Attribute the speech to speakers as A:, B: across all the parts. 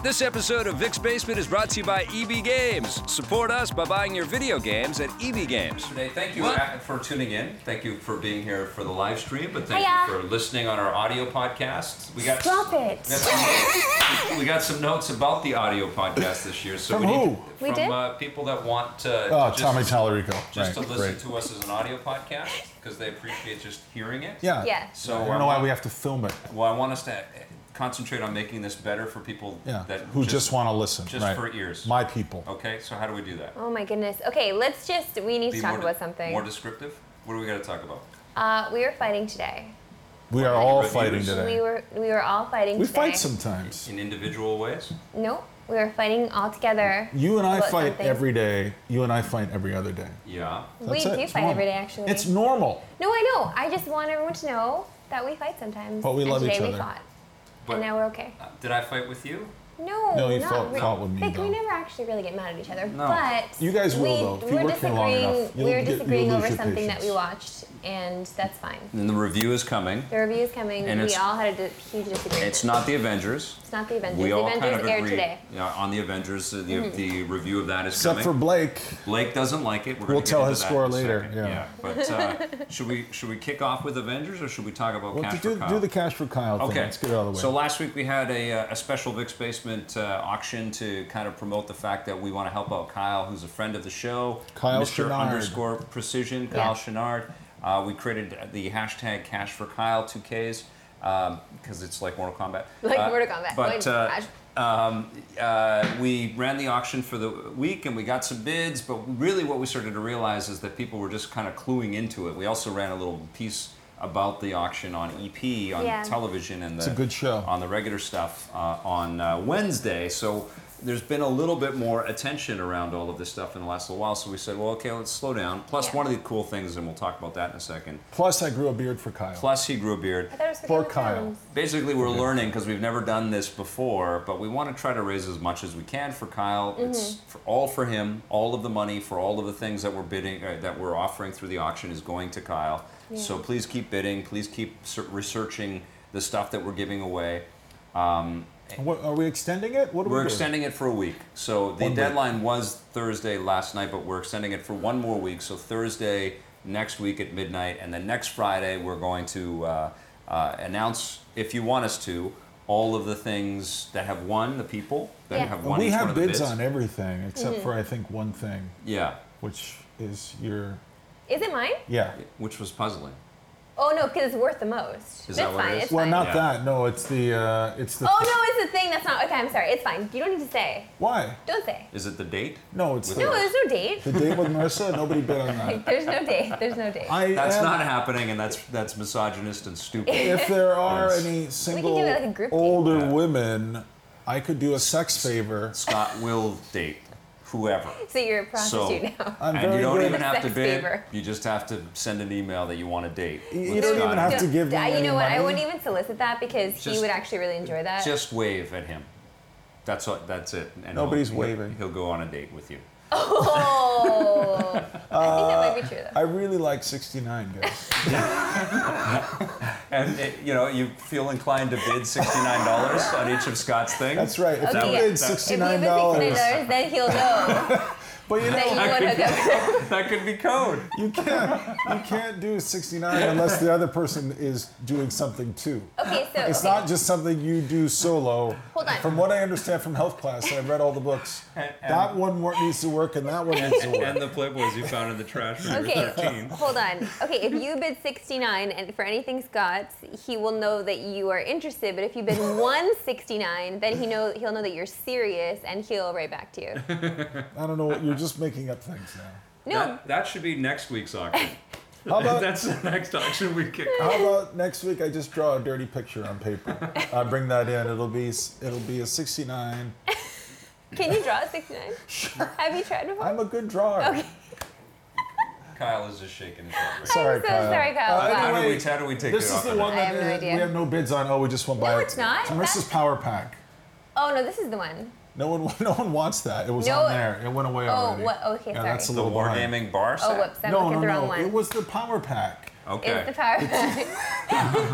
A: This episode of Vic's Basement is brought to you by EB Games. Support us by buying your video games at EB Games. Today, thank you uh, for tuning in. Thank you for being here for the live stream, but thank you
B: Hiya.
A: for listening on our audio podcast. We got
B: Stop it.
A: We got, some, we got some notes about the audio podcast this year. So
C: From
A: we need
C: who?
B: We
A: from
B: did?
A: uh, people that want to
C: Oh,
A: just,
C: Tommy Tallarico.
A: just
C: right,
A: to listen
C: great.
A: to us as an audio podcast because they appreciate just hearing it.
C: Yeah.
B: Yeah.
A: So,
C: I don't know why we have to film it.
A: Well, I want us to eh, concentrate on making this better for people
C: Yeah.
A: that
C: Who just, want to listen?
A: just
C: right.
A: for ears.
C: My people.
A: Okay, so how do we do that?
B: Oh my goodness. Okay, let's just, we need
A: Be
B: to talk
A: more-
B: about something.
A: More descriptive? What are we going to talk about?
B: uh, we were fighting today.
C: We are all
A: Reviews.
C: fighting today.
B: We were we were all fighting
C: We
B: today.
C: fight sometimes.
A: In individual ways?
B: No, we were fighting all together.
C: You and I
B: about
C: fight
B: something.
C: every day. You and I fight every other day.
A: Yeah.
B: We
C: That's
B: do
C: it.
B: fight
C: It's normal.
B: every day, actually.
C: It's normal.
B: No, I know. I just want everyone to know that we fight sometimes.
C: But we
B: and
C: love
B: today
C: each
B: we
C: other.
B: fought,
A: But
B: and now we're okay.
A: uh, did I fight with you?
B: No,
C: No, you
B: not
C: fought-
B: re-
C: fought with me,
B: Like we
C: though.
B: never actually really get mad at each other,
A: No.
B: but
C: You guys will,
B: we,
C: though. If you
B: we're
C: work here long
B: disagreeing.
C: enough,
B: we
C: you'll
B: were
C: get- you'll
B: disagreeing
C: lose
B: over
C: your
B: something that we
C: patience.
B: watched, and that's fine.
A: And the review is coming.
B: The review is coming.
A: And
B: we
A: it's-
B: all had a di- huge disagreement.
A: It's not the Avengers.
B: It's not the Avengers.
A: We
B: the
A: all
B: Avengers
A: kind of
B: aired
A: agree
B: today. Mm-hmm.
A: yeah, on the Avengers. uh, The, the review of that is
C: Except for
A: coming.
C: Blake.
A: Blake doesn't like it. We're gonna
C: We'll
A: get
C: tell
A: into
C: his
A: that
C: score
A: in a
C: later,
A: second.
C: yeah.
A: But uh, should we should we kick off with Avengers or should we talk about
C: Well,
A: Cash
C: do,
A: for Kyle?
C: do the cash for Kyle
A: Okay.
C: thing. Let's get it out of the way.
A: So last week we had a, uh, a special Vic's Basement uh, auction to kind of promote the fact that we want to help out Kyle, who's a friend of the show.
C: Kyle
A: Mr.
C: Chenard.
A: underscore precision, Kyle
B: Yeah.
A: Chenard. Uh, we created the hashtag Cash for Kyle, two Ks, because it's like Mortal Kombat.
B: Like
A: Uh,
B: Mortal Kombat.
A: But
B: Like,
A: uh,
B: gosh.
A: um, uh, we ran the auction for the week and we got some bids, but really what we started to realize is that people were just kind of cluing into it. We also ran a little piece about the auction on EP on
B: Yeah.
A: television and the,
C: a good show.
A: on the regular stuff uh, on uh, Wednesday. So there's been a little bit more attention around all of this stuff in the last little while. So we said, well, okay, let's slow down. Plus,
B: Yeah.
A: one of the cool things, and we'll talk about that in a second.
C: Plus, I grew a beard for Kyle.
A: Plus, he grew a beard.
B: I thought it was for
C: Poor
B: Game of
C: Kyle.
B: Thrones.
A: Basically, we're learning because we've never done this before, but we want to try to raise as much as we can for Kyle. It's for, all for him. All of the money for all of the things that we're bidding, uh, that we're offering through the auction, is going to Kyle. So please keep bidding. Please keep ser- researching the stuff that we're giving away.
C: What, are we extending it? What are
A: We're
C: we doing?
A: extending it for a week. So the
C: One week.
A: deadline was Thursday last night, but we're extending it for one more week. So Thursday next week at midnight, and then next Friday we're going to uh, uh, announce, if you want us to, all of the things that have won, the people that
B: Yeah.
A: have won.
C: we
A: each one
C: have
A: of the
C: bids on everything except
B: Mm-hmm.
C: for I think one thing,
A: Yeah,
C: which is your
B: Is it mine?
C: yeah.
A: which was puzzling.
B: Oh no, because it's worth the most.
A: Is
B: That's
A: that what it
B: fine.
A: is?
B: It's
C: Well,
B: fine.
C: not
A: Yeah.
C: that. No, it's the uh, it's the
B: Oh no, it's the thing. That's not okay. I'm sorry. It's fine. You don't need to say.
C: why?
B: Don't say.
A: Is it the date?
C: No, it's
A: With
C: the
B: No, there's no date.
C: The date with Marissa, nobody bid on that.
B: There's no date. There's no date.
C: I
A: That's
C: am-
A: not happening, and that's that's misogynist and stupid.
C: If there are
A: Yes.
C: any single
B: like a group date.
C: older
A: Yeah.
C: women, I could do a sex favor.
A: Scott will date whoever.
B: so you're a prostitute
A: So-
B: now.
C: I'm
A: and
C: very
A: you don't
C: good.
A: even have to
B: Sex
A: bid.
B: favor.
A: You just have to send an email that you want to date.
C: you
A: with
C: don't
A: Scott.
C: even have to give me
B: I- you
C: any
B: know what? I
C: money.
B: wouldn't even solicit that because he
A: Just-
B: would actually really enjoy that.
A: Just wave at him. That's what. That's it. And
C: Nobody's
A: he'll,
C: waving.
A: He'll, go on a date with you.
B: oh, I think that might be true though.
C: I really like 69, guys.
A: And it- you know, you feel inclined to bid sixty-nine dollars on each of Scott's things.
C: That's right. If
B: Okay.
C: you
B: If you
C: bid
B: bid
C: $69,
B: if you bid sixty dollars, then he'll know
C: but you
B: that you
C: know,
B: would hook up.
A: That could be code.
C: you can't, you can't do 69 unless the other person is doing something too.
B: Okay, so
C: It's not just something you do solo.
B: Hold on.
C: From what I understand from health class, I've read all the books. that one wor- needs to work, and that one needs to work.
A: and the Playboys you found in the trash when you were
B: Okay,
A: thirteen.
B: hold on. Okay, if you bid 69 and for anything Scott's, he will know that you are interested. But if you bid 169, then he know he'll know that you're serious and he'll write back to you.
C: I don't know. what- You're just making up things now.
B: No,
A: That, that should be next week's auction.
C: How about
A: That's the next auction we kick.
C: how about next week? I just draw a dirty picture on paper. I bring that in. It'll be s- it'll be a 69.
B: can you draw a 69? Sure. Have you tried before?
C: I'm a good drawer.
B: Okay.
A: Kyle is just shaking his head. right
C: Sorry,
B: I'm so
C: Kyle.
B: sorry, Kyle.
C: Uh,
B: Wow.
A: now. How do we?
C: anyway,
A: How do we take
C: this
A: it
C: is
A: off?
C: the
A: of
C: one
A: that?
B: I
C: that
B: have no
C: uh,
B: idea.
C: we have no bids on. Oh, we just went by.
B: No,
C: it.
B: it's not.
C: It's Marissa's
B: That's-
C: Power Pack.
B: Oh no, this is the one.
C: No one, no one wants that. It was
B: No,
C: on there. It went away
B: oh,
C: already.
B: what- okay,
C: yeah,
B: sorry.
C: That's a
A: The
C: little
A: war
C: behind.
A: gaming bar.
B: Oh
A: set?
B: whoops, I'm
C: no,
B: looking
C: no,
B: at the wrong
C: no.
B: one.
C: It was the Power Pack.
A: Okay.
B: It's the power of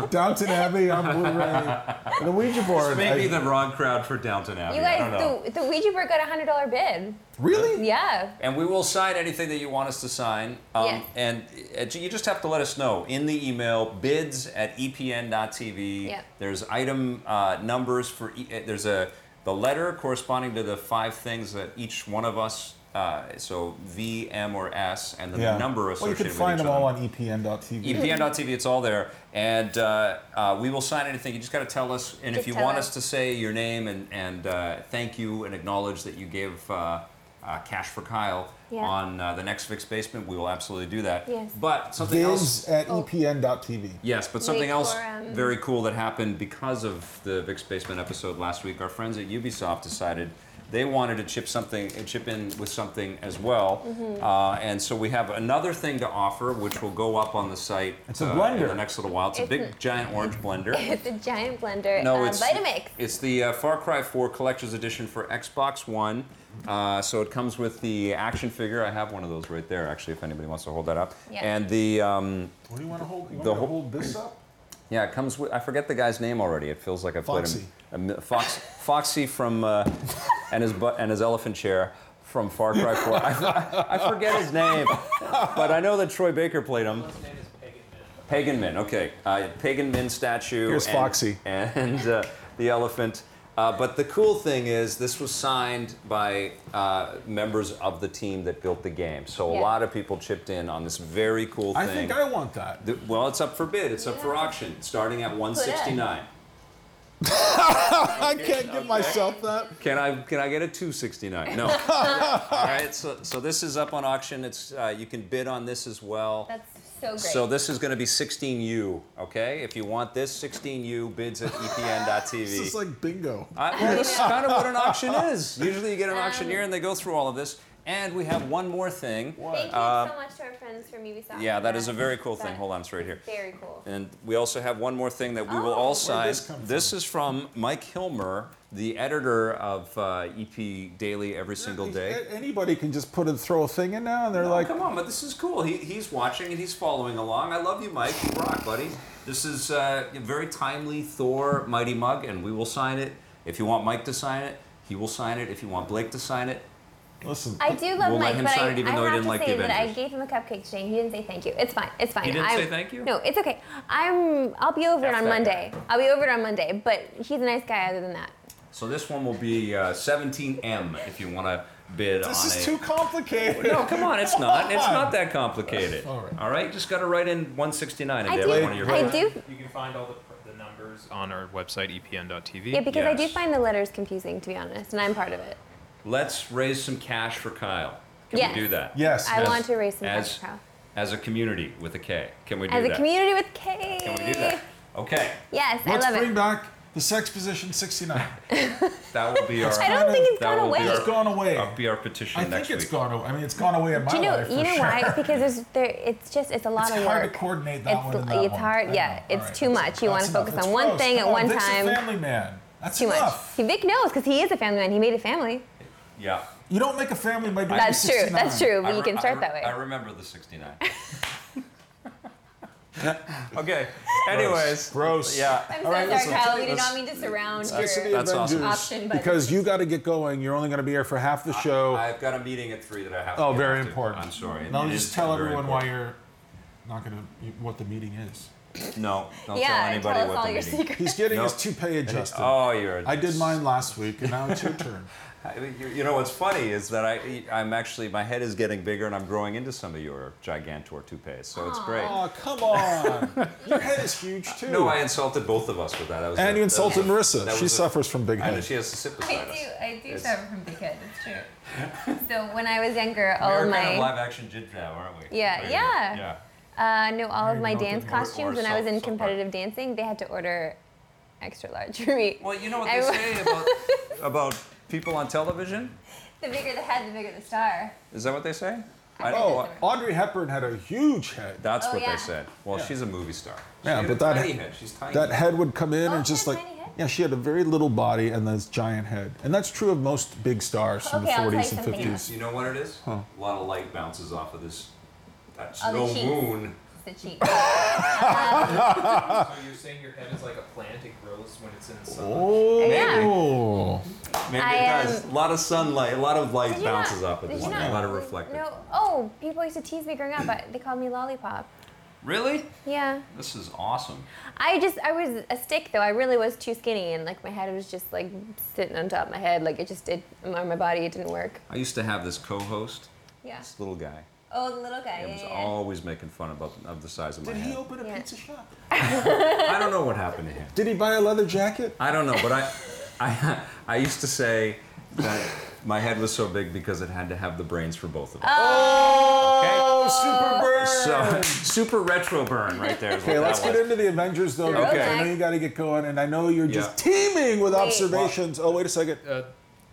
C: Downton Abbey on Blu-ray. The Ouija board.
A: Maybe
C: I-
A: the wrong crowd for Downton Abbey.
B: You
A: I don't know.
B: guys, the, the Ouija board got a hundred dollar bid.
C: really?
B: Yeah.
A: and we will sign anything that you want us to sign. Um,
B: Yes.
A: And uh, you just have to let us know in the email bids at E epn.tv.
B: Yep.
A: There's item uh, numbers for e- uh, there's a the letter corresponding to the five things that each one of us. Uh, so V, M, or S, and then the number
C: Well, you
A: associated
C: can find
A: with each E
C: them all
A: of
C: on E EPN.tv.
A: EPN.tv, it's all there. And uh, uh, we will sign anything. You just got to tell us. And if
B: Just
A: you
B: tell
A: want
B: us.
A: us to say your name and, and uh, thank you and acknowledge that you gave uh, uh, Cash for Kyle
B: Yeah.
A: on uh, the next Fix Basement, we will absolutely do that.
B: Yes.
A: But something else.
C: Gives at E
B: Oh.
C: EPN.tv.
A: Yes, but something else
B: for, um,
A: very cool that happened because of the Vic's Basement episode last week. Our friends at Ubisoft decided they wanted to chip something, uh, chip in with something as well,
B: Mm-hmm.
A: uh, and so we have another thing to offer, which will go up on the site. uh,
C: It's a
A: in
C: blender.
A: the next little while. It's, a
B: It's
A: big, giant orange blender.
B: It's a giant blender.
A: No,
B: uh,
A: it's
B: Vitamix.
A: It's the uh, Far Cry 4 Collector's Edition for Xbox One. Uh, so it comes with the action figure. I have one of those right there, actually, if anybody wants to hold that up.
B: Yeah.
A: And the um,
C: What do you want to hold? You
A: The
C: want me
A: whole-
C: to hold this up?
A: Yeah, it comes with. I forget the guy's name already. It feels like I've
C: Foxy.
A: played him. a mi- Fox, Foxy from uh, and his bu- and his elephant chair from Far Cry 4. I, I forget his name, but I know that Troy Baker played him.
D: His name is Pagan Man.
A: Pagan Min. Okay, uh, Pagan Min statue.
C: Here's
A: and-
C: Foxy.
A: and uh, the elephant. Uh, but the cool thing is, this was signed by uh, members of the team that built the game. So a
B: Yeah.
A: lot of people chipped in on this very cool thing.
C: I think I want that.
A: The- Well, it's up for bid. It's up for
B: Yeah.
A: auction, starting at 169.
C: I can't give myself that.
A: Can I can I get a 269? No. All right. So so this is up on auction. It's uh, you can bid on this as well.
B: That's so great.
A: So this is going to be 16U. Okay. If you want this 16U, bids at E
C: This
A: EPN.tv.
C: is like bingo.
A: I, Uh, well, this is kind of what an auction is. Usually, you get an auctioneer and they go through all of this. And we have one more thing.
B: Thank you
A: Uh,
B: so much to our friends from Ubisoft.
A: Yeah, that
B: for
A: is a very cool thing.
B: that.
A: Hold on, it's right here.
B: Very cool.
A: And we also have one more thing that we will
B: Oh.
A: all
B: Where'd
A: sign.
C: this come from?
A: is from Mike Hilmer, the editor of uh, EP Daily every single day.
C: A- Anybody can just put a throw a thing in now, and they're
A: Like,
C: like,
A: come on, but this is cool. He, he's watching and he's following along. I love you, Mike. You rock, buddy. This is uh, a very timely Thor Mighty Mug, and we will sign it. If you want Mike to sign it, he will sign it. If you want Blake to sign it,
C: listen.
B: I do love
A: We'll let
B: Mike,
A: him
B: but
A: sign
B: I,
A: it even
B: I
A: though he didn't
B: have to
A: like the
B: say that I
A: Avengers.
B: gave him a cupcake today. He didn't say thank you. It's fine. It's fine.
D: didn't
B: I,
D: say thank you?
B: No, it's okay. I'm. I'll be over
A: F
B: it on
A: that
B: Monday.
A: guy.
B: I'll be over it on Monday. But he's a nice guy. Other than that,
A: so this one will be uh, 17M if you want to bid on
C: This
A: a.
C: is too complicated.
A: No, Oh, come on, it's not. It's not that complicated.
C: All right.
A: All right, just got to write in 169 and
B: I
A: they
B: do.
A: have one of your
B: I
A: votes.
B: do.
D: You can find all the, pr- the numbers on our website, E epn.tv.
B: Yeah, because I do
A: Yes.
B: find the letters confusing, to be honest, and I'm part of it.
A: Let's raise some cash for Kyle. Can
B: Yes.
A: we do that?
C: Yes.
B: I
A: As-
B: want to raise some
A: as-
B: cash cow.
A: As a community with a K, can we do
B: As
A: that?
B: a community with K.
A: Can we do that? Okay,
B: Yes,
C: Let's
B: I love
C: bring
B: it.
C: back the sex position 69.
A: that will be our.
B: I don't think it's
A: That
B: gone
A: will be
B: away.
A: our-
C: It's gone away.
A: that'll be our petition
C: I
A: next
C: think it's
A: week.
C: gone away. I mean, it's gone away in my
B: Do you know?
C: life. for
B: You know
C: sure.
B: why? Because there's there. It's just it's a lot
C: It's
B: of
C: hard
B: work.
C: to coordinate that
B: It's,
C: one. and that
B: it's
C: one.
B: hard,
C: I
B: yeah.
C: know. All
B: It's
C: right,
B: too
C: that's-
B: much. You want to
C: that's enough.
B: focus
C: It's
B: on one
C: gross.
B: thing at
C: Come on,
B: one
C: Dick's a
B: time.
C: family man. That's
B: Too much.
C: enough.
B: He, Vic knows because he is a family man. He made a family.
A: Yeah.
C: You don't make a family by doing
B: That's true.
C: 69.
B: That's true. But
A: I
B: you
A: re-
B: can
A: I
B: start
A: re-
B: that way.
A: I remember the 69. okay. Anyways.
C: Gross.
A: Yeah.
B: I'm
C: All right,
B: so
C: listen,
B: sorry, Kyle. We did
C: let's-
B: not mean to surround your.
C: Listen to the
A: That's awesome.
C: Avengers,
B: Option budget.
C: because you got to get going. You're only going to be here for half the show.
A: I've got a meeting at three that I have.
C: oh,
A: to get
C: very
A: to.
C: important.
A: I'm sorry.
C: Now
A: It
C: just
A: is
C: tell
A: very
C: everyone
A: important.
C: why you're not going to what the meeting is.
A: No, don't tell
B: yeah,
A: anybody
B: tell us
A: what
B: all
A: the
B: your
A: meeting.
B: secrets.
C: He's getting
A: Nope.
C: his toupee adjusted.
A: Oh, you're. a-
C: I did mine last week, and now it's your turn.
A: I mean, You you know what's funny is that I, I'm actually my head is getting bigger and I'm growing into some of your gigantor toupees, so it's great.
C: Oh, come on! Your head is huge too.
A: No, I insulted both of us with that. that was
C: and
A: a-
C: you
A: that was
C: insulted
A: a-
C: Marissa.
A: that
C: She
A: was a-
C: suffers from big
A: I know
C: head.
A: she has to sit beside us.
B: I do
A: It's-
B: from big head. It's true. so when I was younger, all
A: We're
B: of
A: kind of
B: Oh, my
A: live action jid now, aren't we?
B: Yeah,
A: Right.
B: yeah.
A: Yeah.
B: uh, no, all of my
C: Or- or
B: dance costumes when I was
A: self-
B: in
A: self-
B: competitive dancing, they had to order extra large for me.
A: Well, you know what
B: I
A: they
B: w-
A: say about about people on television.
B: The bigger the head, the bigger the star.
A: Is that what they say? I
C: Oh, Audrey Hepburn had a huge head.
A: That's
B: Oh,
A: what
B: yeah.
A: they said. Well,
C: Yeah.
A: she's a movie star.
C: Yeah,
A: She had
C: but
A: a
C: that-
A: tiny head. She's tiny.
C: That head would come in
B: Oh,
C: and
B: she
C: just
B: had a
C: like
B: tiny head?
C: yeah, she had a very little body and this giant head, and that's true of most big stars from
B: Okay, I'll
C: the
B: tell you
C: 40s and
B: something
C: 50s.
A: You know what it is? A lot of light bounces off of this. That's
B: Oh, the
A: no
B: cheeks.
A: moon.
B: to cheat.
D: So you're saying your head is like a plant, it grows when it's in the sun.
C: Oh.
A: Maybe
B: I,
A: it does.
B: um,
A: A lot of sunlight, a lot of light bounces
B: not,
A: off at
B: did
A: this
B: you
A: point.
B: not-
A: A lot of reflective.
B: No, oh, people used to tease me growing up. I, they called me lollipop.
A: Really?
B: Yeah,
A: This is awesome.
B: I just I was a stick though. I really was too skinny, and like my head was just like sitting on top of my head. Like it just did on my body. It didn't work.
A: I used to have this co-host,
B: Yeah.
A: this little guy.
B: Oh, the little guy.
A: He was
B: yeah, yeah.
A: always making fun of, of the size of my
C: Did he
A: head.
C: open a
B: Yeah.
C: pizza shop?
A: I don't know what happened to him.
C: Did he buy a leather jacket?
A: I don't know, but I, I, I used to say that my head was so big because it had to have the brains for both of us.
C: Oh, super burn!
A: So super retro burn right there. Is what
C: Okay,
A: that
C: let's get
A: was.
C: into the Avengers though. because I
A: Okay.
C: know you got to get going, and I know you're just
A: Yeah.
C: teeming with
B: Wait.
C: observations. Oh, wait a second.
D: Uh,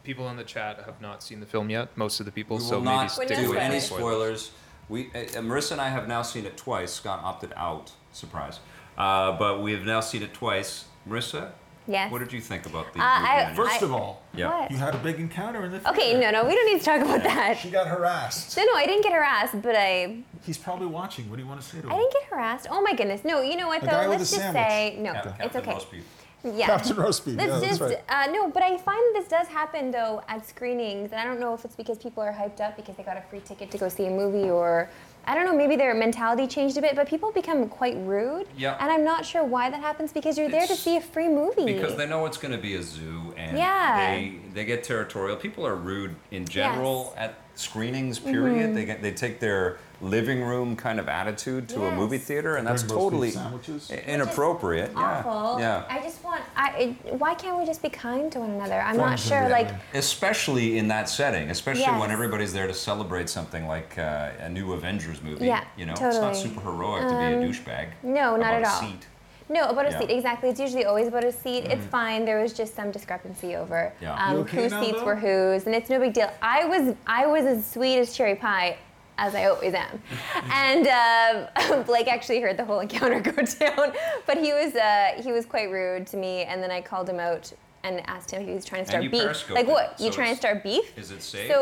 D: people in the chat have not seen the film yet. Most of the people,
A: We
D: so
A: will
D: maybe
A: not
D: stick
B: We're not
A: do
D: with
A: any
D: the
B: spoilers.
A: spoilers. We, uh, Marissa and I have now seen it twice. Scott opted out. Surprise. Uh, but we have now seen it twice. Marissa,
B: Yes.
A: what did you think about the
B: Uh, I-
A: movie?
C: First
B: I-
C: of all,
A: yeah.
B: What?
C: you had a big encounter in the.
B: Okay,
C: theater.
B: no, no, we don't need to talk about that.
C: She got harassed.
B: No, no, I didn't get harassed, but I
C: He's probably watching. What do you want to say to him?
B: I didn't get harassed. Oh my goodness. No, you know what
C: A
B: though?
C: guy with
B: Let's
C: a
B: just
C: sandwich.
B: say no.
A: Cap-
B: it's
A: Captain
B: okay.
A: Roastbeef.
B: Yeah.
C: Captain Roastbeef.
B: Let's
C: yeah,
B: just
C: that's right.
B: uh, no, but I find this does happen though at screenings, and I don't know if it's because people are hyped up because they got a free ticket to go see a movie, or I don't know, maybe their mentality changed a bit. But people become quite rude,
A: Yeah.
B: and I'm not sure why that happens because you're there to
A: It's
B: see a free movie.
A: Because they know it's going to be a zoo, and
B: Yeah.
A: they they get territorial. People are rude in general at screenings. Period.
B: Mm-hmm.
A: They get they take their living room kind of attitude to a movie
B: Yes.
A: theater, and that's
C: Bring roast beef
A: totally Eh.
C: sandwiches.
A: i- inappropriate. Yeah.
B: Awful.
A: Yeah.
B: I just want. I. It, why can't we just be kind to one another? I'm not
C: Friends and
B: sure. Like,
C: family.
A: especially in that setting, especially when
B: Yes.
A: everybody's there to celebrate something like uh, a new Avengers movie.
B: Yeah,
A: you know, it's not
B: totally. Um,
A: super heroic to be a douchebag.
B: no, not
A: about
B: at
A: a
B: all.
A: Seat.
B: No, about a
A: Yeah. Mm.
B: seat. Exactly. It's usually always about a seat. It's fine. There was just some discrepancy over
A: Yeah.
B: um,
C: You okay
B: whose
C: now,
B: seats
C: though?
B: were whose, and it's no big deal. I was I was as sweet as cherry pie. As I always am, and uh, Blake actually heard the whole encounter go down, but he was uh, he was quite rude to me, and then I called him out and asked him if he was trying to start
A: you
B: beef.
A: periscoped
B: Like what?
A: it,
B: you
A: so
B: trying to
A: it's-
B: start beef?
A: is it saved?
B: So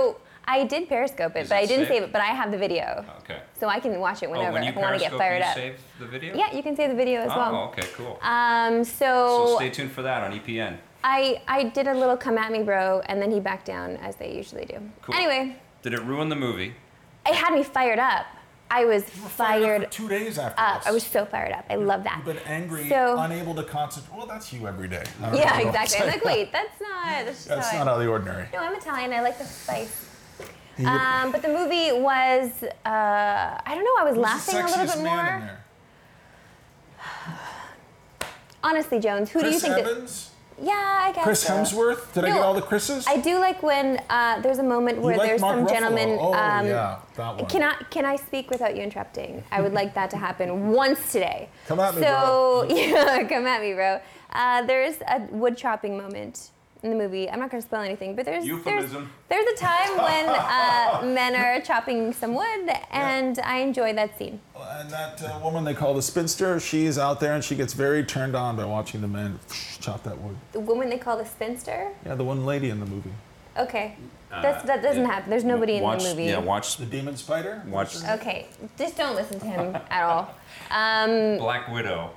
B: I did Periscope it,
A: Is
B: but
A: it
B: I didn't
A: saved?
B: save it. But I have the video,
A: Okay.
B: so I can watch it whenever
A: oh, when you
B: if I want to get
A: Periscope,
B: fired
A: you
B: up.
A: save the video.
B: Yeah, you can save the video as
A: oh,
B: well.
A: okay, cool.
B: Um,
A: so
B: so,
A: stay tuned for that on E EPN.
B: I, I did a little come at me, bro, and then he backed down as they usually do.
A: Cool.
B: Anyway,
A: Did it ruin the movie?
B: it had me fired up. I was
C: You were fired
B: fired
C: up for two days after
B: up.
C: this.
B: I was so fired up. I love that.
C: You've been angry,
B: So-
C: unable to concentrate. Well, that's you every day. I don't
B: yeah,
C: know.
B: exactly. I'm like, wait, that's not. That's just
C: That's
B: how I,
C: not out of the ordinary.
B: No, I'm Italian. I like the spice.
C: He-
B: Um, but the movie was, uh, I don't know, I was
C: Who's
B: laughing
C: the
B: a little
C: sexiest
B: bit
C: man in
B: more.
C: there?
B: Honestly, Jones, who
C: Chris
B: do you think? that-
C: Evans?
B: yeah, I guess.
C: Chris
B: so.
C: Hemsworth? Did I
B: No,
C: get all the Chris's?
B: I do like when uh, there's a moment where
C: like
B: there's
C: Mark
B: some
C: Ruffalo.
B: gentleman.
C: Oh,
B: um,
C: yeah, that one.
B: Can I can I speak without you interrupting? I would like that to happen once today.
C: Come at me,
B: so, bro. yeah, come at me, bro. Uh, there's a wood chopping moment in the movie. I'm not going to spoil anything, but there's there's,
A: Euphemism.
B: there's a time when uh, men are chopping some wood, and I enjoy that scene.
C: And that uh, woman they call the spinster, she's out there and she gets very turned on by watching the men chop that wood.
B: The woman they call the spinster.
C: Yeah, the one lady in the movie.
B: Okay, That's, that doesn't
A: yeah.
B: happen. There's nobody in
A: watch,
B: the movie.
A: Yeah, watch
C: The demon spider?
A: Watch-
B: Okay, just don't listen to him at all. Um,
A: Black Widow.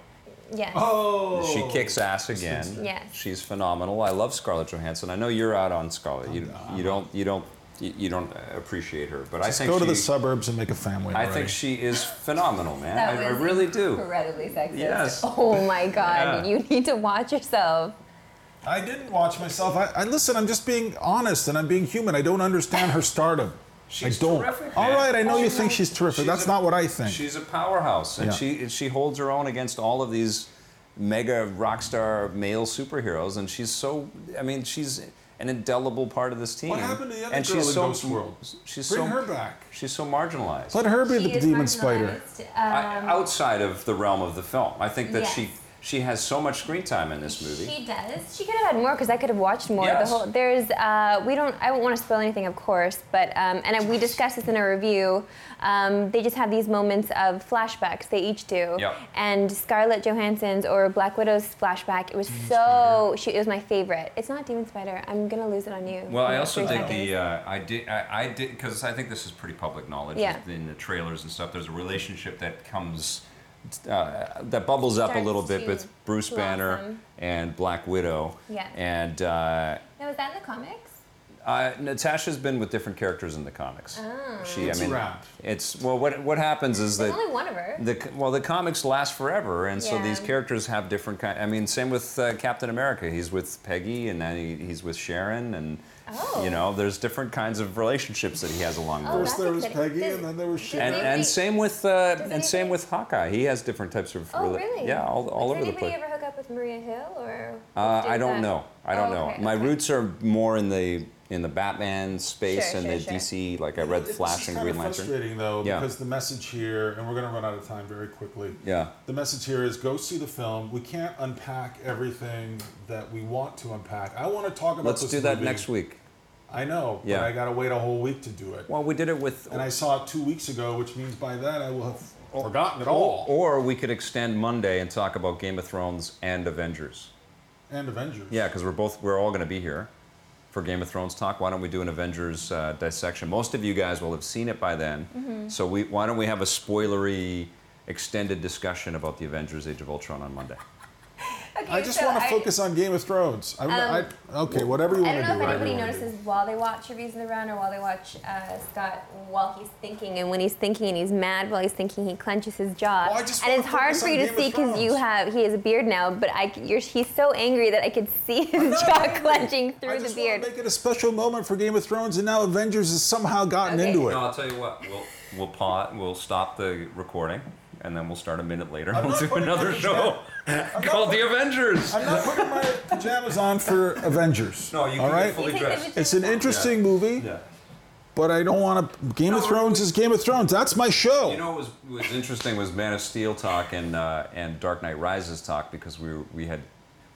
B: yes.
C: Oh!
A: She kicks ass again.
B: Yes.
A: She's phenomenal. I love Scarlett Johansson. I know you're out on Scarlett. You, you don't you don't you you don't appreciate her, but I think
C: Go to
A: she,
C: the suburbs and make a family.
A: I
C: already.
A: think she is phenomenal, man.
B: That
A: I, I
B: was
A: really do.
B: Incredibly sexist.
A: Yes.
B: Oh my
A: Yeah.
B: god, you need to watch yourself.
C: I didn't watch myself. I, I listen. I'm just being honest and I'm being human. I don't understand her stardom.
A: She's
C: I don't.
A: terrific,
C: All
A: man.
C: right, I know you
A: She's
C: think
A: a-
C: she's terrific.
A: she's
C: That's
A: a-
C: not what I think.
A: She's a powerhouse, and
C: Yeah.
A: she she holds her own against all of these mega rock star male superheroes. And she's so I mean she's an indelible part of this team.
C: What happened to the other
A: and
C: girl
A: she's
C: in
A: so,
C: Ghost World?
A: She's
C: Bring
A: so
C: her back.
A: She's so marginalized.
C: Let her be
B: She
C: the
B: is
C: demon spider.
B: marginalized.
A: I,
B: Um,
A: outside of the realm of the film. I think that she
B: Yes.
A: She has so much screen time in this movie.
B: She does. She could have had more because I could have watched more.
A: Yes.
B: The whole there's uh, we don't. I don't want to spoil anything, of course, but um, and we discussed this in a review. Um, they just have these moments of flashbacks. They each do.
A: Yep.
B: And Scarlett Johansson's or Black Widow's flashback. It was so. She, it was my favorite. It's not Demon Spider. I'm gonna lose it on you.
A: Well, I
B: in
A: also
B: three
A: think
B: seconds.
A: the uh, I did I, I did because I think this is pretty public knowledge
B: Yeah.
A: is in the trailers and stuff. There's a relationship that comes uh, that bubbles up a
B: Starts
A: little bit
B: to
A: with Bruce Banner
B: blossom.
A: and Black Widow.
B: Yes.
A: And uh,
B: Now, was that in the comics?
A: uh, Natasha's been with different characters in the comics. She, I
C: It's
A: mean,
C: wrapped.
A: it's well, what what happens is
B: There's
A: that
B: Oh. only one of her.
A: the c- well the comics last forever and so
B: Yeah.
A: these characters have different kind i mean same with uh, captain america he's with peggy and then he, he's with sharon and
B: Oh.
A: you know there's different kinds of relationships that he has along the
B: Oh,
A: way
C: First
B: that's
C: there was
B: exciting.
C: Peggy,
B: Does-
C: and then there was
B: does
C: Sharon.
A: and,
B: anybody-
A: and same with uh,
B: Does
A: and same
B: anybody-
A: with hawkeye he has different types of
B: Oh,
A: rela-
B: really?
A: yeah all, all
B: Did
A: over the
B: anybody
A: place
B: ever hook up with Maria Hill or?
A: uh,
B: who
A: i
B: did
A: don't
B: that?
A: know i don't
B: Oh,
A: know
B: okay,
A: my
B: okay.
A: roots are more in the in the batman space
B: Sure,
A: and
B: sure,
A: the
B: sure.
A: dc like i read
C: It's
A: flash
C: just
A: and
C: kind
A: green
C: of
A: lantern
C: frustrating though
A: Yeah.
C: because the message here, and we're going to run out of time very quickly.
A: yeah
C: The message here is go see the film. We can't unpack everything that we want to unpack. I want to talk about.
A: let's
C: this
A: do that
C: movie.
A: next week
C: I know,
A: Yeah.
C: but I got to wait a whole week to do it.
A: well we did it with
C: and I saw it two weeks ago, which means by then I will have forgotten it all.
A: Or we could extend Monday and talk about Game of Thrones and Avengers.
C: and Avengers.
A: Yeah, because we're both we're all going to be here for Game of Thrones talk. Why don't we do an Avengers uh, dissection? Most of you guys will have seen it by then, so we why don't we have a spoilery extended discussion about the Avengers: Age of Ultron on Monday?
B: Okay,
C: I just
B: so
C: want to
B: I- Um,
C: focus on Game of Thrones. I, I, okay, whatever you want to do.
B: I don't know if
C: whatever
B: anybody
C: you wanna do.
B: notices while they watch Reviews of the Round or while they watch uh, Scott while he's thinking and when he's thinking and he's mad while he's thinking he clenches his jaw
C: Well, I just
B: and
C: wanna
B: it's hard
C: focus
B: for
C: on
B: you to
C: Game
B: see
C: of
B: because you
C: Thrones.
B: have he has a beard now but I c- you're, he's so angry that I could see his jaw clenching through
C: I
B: the
C: just
B: beard.
C: want to make it a special moment for Game of Thrones, and now Avengers has somehow gotten
B: Okay.
C: into it.
A: I'll tell you what. We'll we'll pause. We'll stop the recording. And then we'll start a minute later.
C: I'm
A: We'll
C: not
A: do
C: putting
A: another
C: it in
A: show called The Avengers.
C: I'm not putting my pajamas on for Avengers.
A: No, you
C: all
A: can
C: right?
A: get fully
B: You take the
A: dressed.
C: It's an
B: pajamas off.
C: interesting movie,
A: Yeah.
C: but I don't want to. Game of Thrones is Game of Thrones. That's my show.
A: You know what was, was interesting was Man of Steel talk and uh, and Dark Knight Rises talk because we were, we had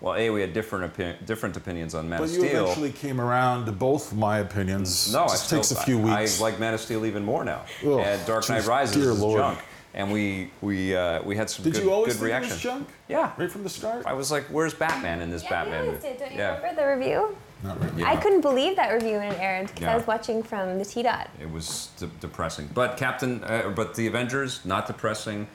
A: well a we had different opi- different opinions on Man
C: but
A: of
C: you
A: Steel.
C: eventually came around to both my opinions.
A: no,
C: it
A: I
C: just takes a
A: still-
C: few
A: I-
C: weeks.
A: I like Man of Steel even more now.
C: Ugh,
A: and Dark Knight
C: geez,
A: Rises
C: dear
A: is
C: Lord.
A: junk, and we we uh, we had some
C: Did
A: good,
C: you always
A: good
C: think it
A: reaction.
C: was junk?
A: Yeah.
C: Right from the start?
A: I was like, "Where's Batman in this
B: yeah,
A: Batman?"
B: you
A: movie?"
B: guys did. Don't you
A: yeah.
B: remember the review?
C: Not really.
A: Yeah.
B: I couldn't believe that review when it aired because
A: Yeah.
B: I was watching from the T dot.
A: It was de- depressing, but Captain, uh, but the Avengers, not depressing,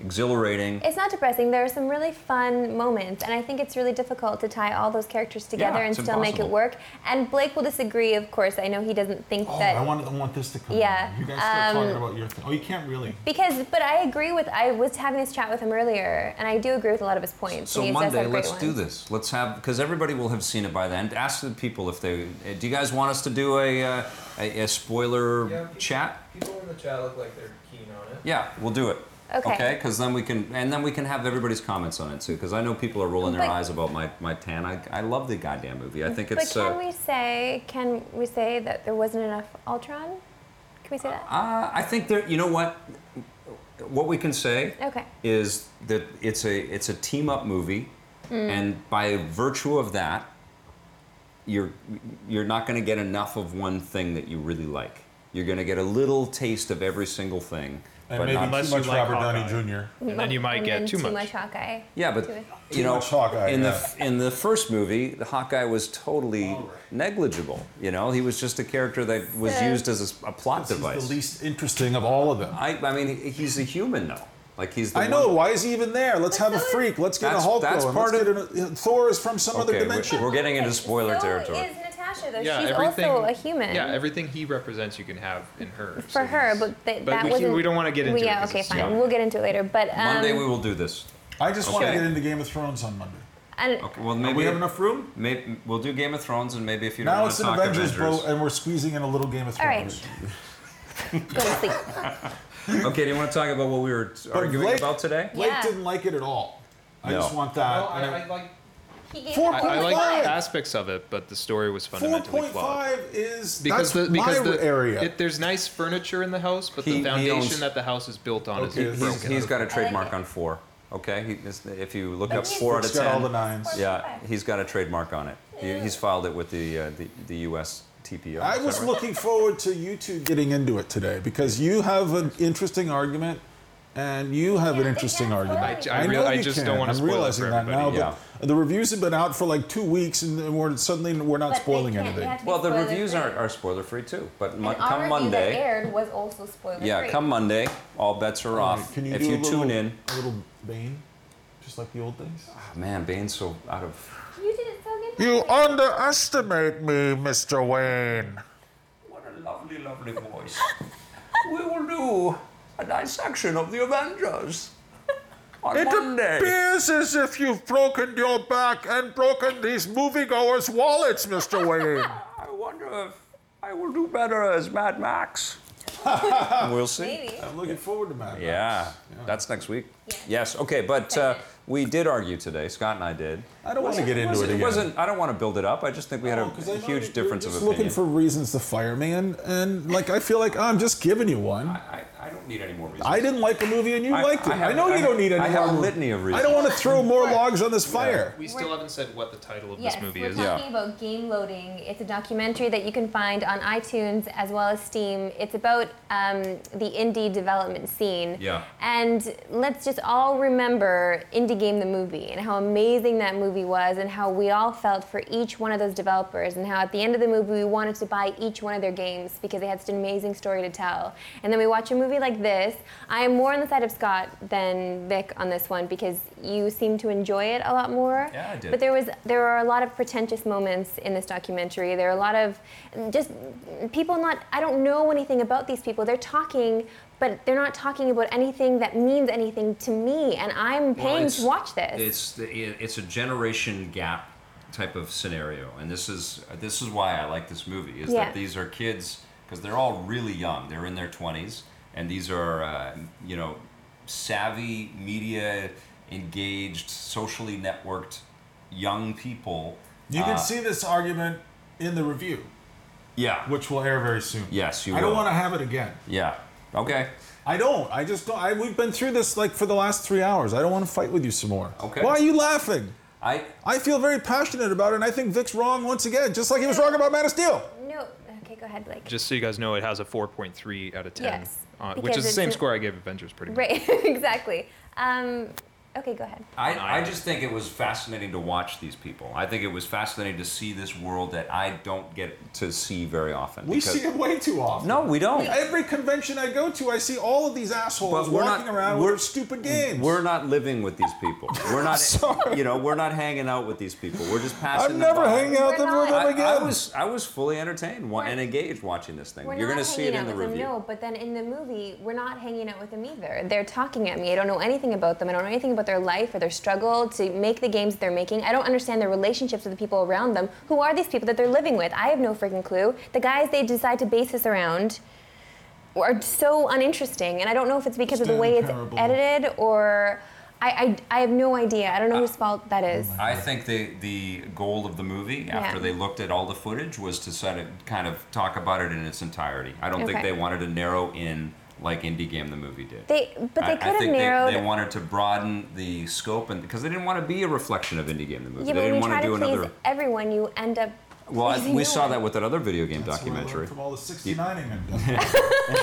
A: exhilarating.
B: It's not depressing. There are some really fun moments, and I think it's really difficult to tie all those characters together
A: Yeah,
B: and
A: it's
B: still make it
A: impossible.
B: work. And Blake will disagree, of course. I know he doesn't think
C: Oh,
B: that.
C: I want, I want this to come.
B: Yeah,
C: in.
B: um,
C: You guys start talking about your thing. Oh, you can't really.
B: because, but I agree with. I was having this chat with him earlier, and I do agree with a lot of his points.
A: So
B: and he does
A: Monday,
B: have great
A: let's do
B: ones.
A: this. Let's have because everybody will have seen it by then. Ask the people if they. uh, Do you guys want us to do a uh, a, a spoiler
E: Yeah, people-
A: chat?
E: People in the chat look like they're keen on it.
A: Yeah, we'll do it.
B: Okay.
A: Because then we can and then we can have everybody's comments on it too. Because I know people are rolling their
B: But-
A: eyes about my my tan. I, I love the goddamn movie. I think
B: But
A: it's.
B: can
A: uh,
B: we say? Can we say that there wasn't enough Ultron? Can we say that?
A: uh, I think there. You know what? What we can say.
B: Okay.
A: is that it's a it's a team up movie,
B: Mm.
A: and by virtue of that, you're you're not going to get enough of one thing that you really like. You're going to get a little taste of every single thing,
C: And
A: but
C: maybe
A: not.
D: Unless
C: too
D: you
C: much
D: like
C: Robert
D: Hawkeye.
C: Downey Jr.
D: And then you might
B: And
D: get
B: then
D: too much.
B: Hawkeye.
A: Yeah, but
B: Too much.
A: you know,
C: much Hawkeye,
A: in the
C: yeah.
A: f- in the first movie, the Hawkeye was totally negligible. You know, he was just a character that was
B: So-
A: used as a s- a, plot
C: This is the
A: device.
C: least interesting of all of them.
A: I, I mean, he- he's a human though. Like he's the
C: I know.
A: one-
C: Why is he even there? Let's have a
B: That's-
C: freak. Let's get a
A: that's-
C: Hulk
A: that's
C: going.
A: part
C: Let's
A: of-
C: get an- uh, Thor is from some other
A: Okay, we're,
C: dimension.
A: we're getting into spoiler
B: so
A: territory.
B: is Natasha though?
D: Yeah,
B: She's
D: everything,
B: also a human.
D: Yeah, everything he represents, you can have in her.
B: for
D: so
B: her,
D: he's-
B: but th-
D: but
B: that
D: we,
B: wasn't.
D: we don't want to get into
B: we,
D: it.
B: Yeah,
D: 'cause
B: okay,
D: it's-
B: fine.
A: yeah.
B: We'll get into it later. But um,
A: Monday we will do this.
C: I just want to
A: Okay.
C: get into Game of Thrones on Monday.
B: and
A: Okay, well maybe
C: Maybe we have enough room.
A: Maybe we'll do Game of Thrones, and maybe if you don't
C: Now
A: want
C: it's
A: to
C: an
A: talk
C: Avengers,
A: Avengers.
C: boat, and we're squeezing in a little Game of
B: All right.
C: Thrones.
B: go to sleep.
A: okay, do you want to talk about what we were arguing
C: Blake-
A: about today?
C: Blake
B: Yeah.
C: didn't like it at all. I
A: No.
C: just want that.
E: No, I,
C: and
E: I
C: I-
E: like.
B: He gave
C: Four
B: her a
D: I, I
B: high
D: like
B: five.
D: aspects of it, but the story was fundamentally flawed.
C: 4.5 is
D: Because
C: that's
D: the because
C: my
D: the
C: area.
D: it- there's nice furniture in the house, but
A: He-
D: the
A: he
D: foundation
A: owns-
D: that the house is built on
C: Okay,
D: is
C: he's-
D: broken.
A: He's got a
B: it.
A: trademark on four. Okay, he, this- if you look
B: But
A: up
B: he's-
A: four out
C: It's
A: of
C: got
A: ten,
C: all the nines.
A: yeah, he's got a trademark on it. He,
B: Yeah.
A: he's filed it with the uh, the, the U.S. TPO.
C: I
A: is that
C: was
A: right?
C: looking forward to you two getting into it today because you have an interesting argument and you have an
B: Yeah, I think
C: interesting
B: that's
C: argument.
B: right. I-
D: I real- I just don't wanna
C: I'm
D: spoil it for
C: realizing that now,
D: everybody,
C: but the reviews have been out for like two weeks and we're suddenly we're not spoiling anything.
A: Well, the reviews are, are spoiler free too, but mon-
B: our
A: come
B: review that
A: Monday,
B: aired was also spoiler
A: yeah,
B: free.
A: come Monday, all bets are off.
C: Can you
A: if
C: do
A: you
C: a little,
A: tune in,
C: a little Bane, just like the old days?
A: Ah, man, Bane's so out of.
B: You did it so good.
F: You underestimate me, Mr. Wayne.
A: What a lovely, lovely voice. we will do a dissection of the Avengers on
F: appears as if you've broken your back and broken these moviegoers' wallets, Mr. Wayne.
A: I wonder if I will do better as Mad Max. we'll see.
B: Maybe.
C: I'm looking forward to that.
A: Yeah, that's next week.
B: Yeah.
A: Yes. Okay, but uh, we did argue today. Scott and I did.
C: I don't want to get
A: It
C: into it
A: wasn't,
C: again.
A: it wasn't- I don't want to build it up. I just think we had a
C: No, 'cause I know
A: huge
C: that
A: difference
C: you're
A: of
C: just
A: opinion.
C: looking for reasons to fire me, and, and like I feel like "Oh, I'm just giving you one.
A: I, I don't need any more reasons.
C: I didn't like a movie, and you
A: I-
C: liked it.
A: I
C: I,
A: have-
C: know
A: I
C: you
A: have-
C: don't need any
A: I have a
C: more mo-
A: litany of
C: I don't
A: reasons.
C: want to throw more logs on this fire.
D: We still haven't said what the title of
B: Yes,
D: this movie
B: we're
D: is.
A: Yeah.
B: talking about Game Loading. It's a documentary that you can find on iTunes as well as Steam. It's about um, the indie development scene.
A: Yeah.
B: And let's just all remember Indie Game the movie and how amazing that movie was and how we all felt for each one of those developers and how at the end of the movie we wanted to buy each one of their games because they had such an amazing story to tell. And then we watch a movie like this. I am more on the side of Scott than Vic on this one because you seem to enjoy it a lot more.
A: Yeah, I did.
B: But there was there were a lot of pretentious moments in this documentary. There are a lot of just people not I don't know anything about these people. They're talking, but they're not talking about anything that means anything to me, and
A: Well,
B: I'm paying
A: it's-
B: to watch this.
A: It's the, it- it's a generation gap type of scenario, and this is this is why I like this movie is
B: Yeah.
A: that these are kids because they're all really young. They're in their twenties, and these are uh, you know savvy, media engaged, socially networked young people.
C: You
A: Uh,
C: can see this argument in the review,
A: Yeah.
C: which will air very soon.
A: Yes, you
C: I don't
A: will.
C: want to have it again.
A: Yeah. Okay.
C: I don't. I just don't. I, we've been through this like for the last three hours. I don't want to fight with you some more.
A: Okay.
C: Why are you laughing?
A: I
C: I feel very passionate about it, and I think Vic's wrong once again, just like he was wrong about Man of Steel.
B: no, okay, go ahead, Blake.
D: Just so you guys know, it has a 4.3 out of 10,
B: Yes,
D: uh, which
B: because
D: is the
B: it's
D: same
B: an-
D: score I gave Avengers, pretty much.
B: right, exactly. Um, okay, go ahead.
A: I, I just think it was fascinating to watch these people. I think it was fascinating to see this world that I don't get to see very often.
C: We
A: because-
C: see it way too often.
A: No, we don't.
C: Every convention I go to, I see all of these assholes
A: But we're
C: walking
A: not-
C: around
A: we're-
C: with stupid games.
A: We're not living with these people. We're not,
C: Sorry.
A: you know, we're not hanging out with these people. We're just passing.
C: I'm
A: them
C: never
A: by.
C: hanging out
B: We're
C: with them
B: not.
C: again.
A: I, I was I was fully entertained wa-
B: We're-
A: and engaged watching this thing.
B: We're
A: You're
B: not
A: going to see it
B: hanging
A: in the
B: out with
A: review.
B: Them, no, but then in the movie, we're not hanging out with them either. They're talking at me. I don't know anything about them. I don't know anything about their life or their struggle to make the games that they're making. I don't understand their relationships with the people around them. Who are these people that they're living with? I have no freaking clue. The guys they decide to base this around are so uninteresting, and I don't know if it's because of the way it's
C: Stand-parable.
B: edited or. I, I, I have no idea. I don't
A: Uh,
B: know whose fault that is.
A: I think the the goal of the movie after
B: Yeah.
A: they looked at all the footage was to sort of kind of talk about it in its entirety. I don't think
B: Okay.
A: they wanted to narrow in like Indie Game the movie did.
B: They, but
A: I-
B: they
A: I
B: could have
A: think
B: narrowed.
A: They, they wanted to broaden the scope, and because they didn't want to be a reflection of indie game the movie,
B: yeah,
A: they
B: but when
A: didn't
B: you
A: want
B: try
A: to
B: to
A: do
B: please
A: another.
B: everyone, you end up.
A: Well, I,
B: pleasing
A: we
B: no
A: saw
B: one.
A: that with that other video game
C: That's what I learned
A: documentary.
C: From all the 69ing. I've done.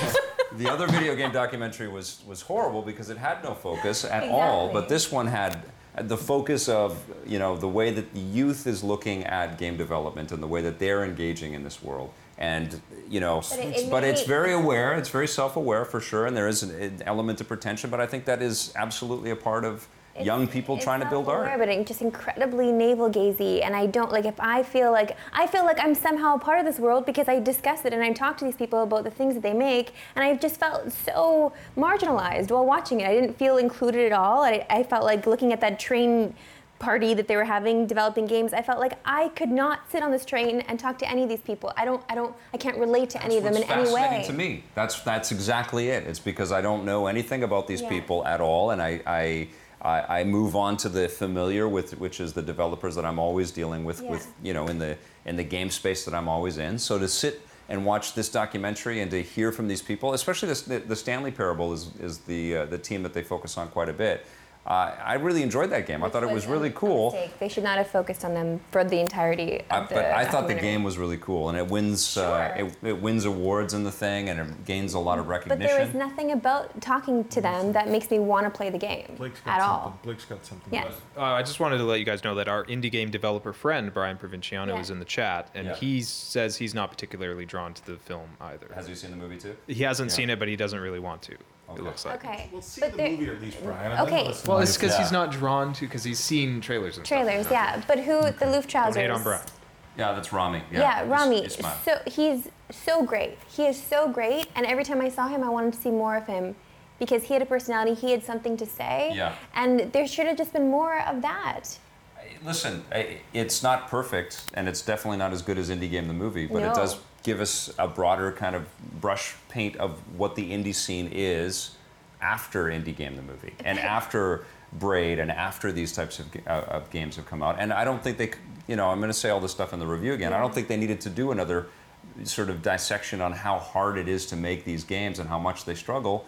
A: The other video game documentary was was horrible because it had no focus at all.
B: Exactly.
A: But this one had the focus of you know the way that the youth is looking at game development and the way that they're engaging in this world. And you know, but,
B: it- it
A: it's
B: made-
A: very aware. It's very self-aware for sure, and there is an, an element of pretension. But I think that is absolutely a part of
B: It's-
A: young people
B: it's
A: trying to build
B: self-aware,
A: art.
B: But it's just incredibly navel gazy, and I don't like if I feel like I feel like I'm somehow a part of this world because I discuss it and I talk to these people about the things that they make, and I just felt so marginalized while watching it. I didn't feel included at all. I, I felt like looking at that train party that they were having developing games i felt like i could not sit on this train and talk to any of these people i don't i don't i can't relate to any of them in
A: That's what's
B: any way
A: fascinating to me. That's that's exactly it. It's because I don't know anything about these
B: Yeah.
A: people at all, and I. I I, I move on to the familiar with which is the developers that I'm always dealing with
B: Yeah.
A: with you know in the in the game space that I'm always in. So to sit and watch this documentary and to hear from these people, especially this, the, the Stanley Parable is is the uh, the team that they focus on quite a bit. Uh, I really enjoyed that game. I thought it was really cool.
B: Mistake. They should not have focused on them for the entirety of
A: I,
B: the
A: but I thought the
B: documentary.
A: game was really cool, and it wins. Uh,
B: Sure.
A: it, it wins awards in the thing, and it gains a lot of
B: But
A: recognition.
B: there was nothing about talking to them that makes me want to play the game
C: Blake's got
B: at
C: something.
B: all.
C: Blake's got something.
B: Yeah.
D: Uh, I just wanted to let you guys know that our indie game developer friend Brian Provinciano
B: Yeah.
D: is in the chat, and
A: Yeah.
D: he says he's not particularly drawn to the film either.
A: Has he seen the movie too?
D: he hasn't
A: Yeah.
D: seen it, but he doesn't really want to.
A: Okay.
D: It looks like.
B: Okay.
C: We'll see
B: but
C: the
B: there-
C: movie at least, Brian.
B: then Okay. let's
D: Well, it's because
C: Yeah.
D: he's not drawn to because he's seen trailers. And
B: Trailers,
D: stuff, you know?
B: yeah. But who the Loof
D: Don't
B: trousers?
D: hate on Brian.
A: Yeah, that's Rami. Yeah,
B: Yeah,
A: he's-
B: Rami.
A: he's smart.
B: so he's so great. He is so great, and every time I saw him, I wanted to see more of him because he had a personality. He had something to say.
A: Yeah.
B: And there should have just been more of that.
A: Listen, I- it's not perfect, and it's definitely not as good as Indie Game the movie, but
B: No.
A: it does give us a broader kind of brush paint of what the indie scene is after Indie Game the movie, and after Braid, and after these types of, ga- uh, of games have come out. And I don't think they, c- you know, I'm going to say all this stuff in the review again. I don't think they needed to do another sort of dissection on how hard it is to make these games and how much they struggle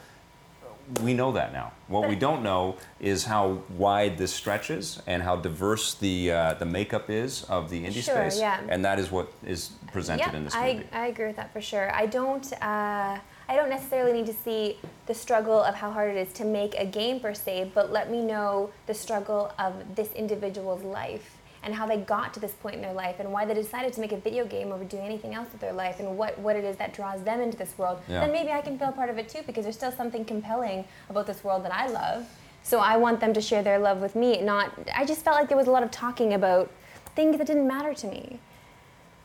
A: we know that now. What we don't know is how wide this stretches and how diverse the uh, the makeup is of the indie
B: Sure,
A: space,
B: yeah.
A: and that is what is presented
B: yeah,
A: in this
B: I,
A: movie.
B: I agree with that for sure. I don't. Uh, I don't necessarily need to see the struggle of how hard it is to make a game per se, but let me know the struggle of this individual's life and how they got to this point in their life and why they decided to make a video game over do anything else with their life and what, what it is that draws them into this world.
A: Yeah.
B: Then maybe I can feel part of it too because there's still something compelling about this world that I love. So I want them to share their love with me. Not. I just felt like there was a lot of talking about things that didn't matter to me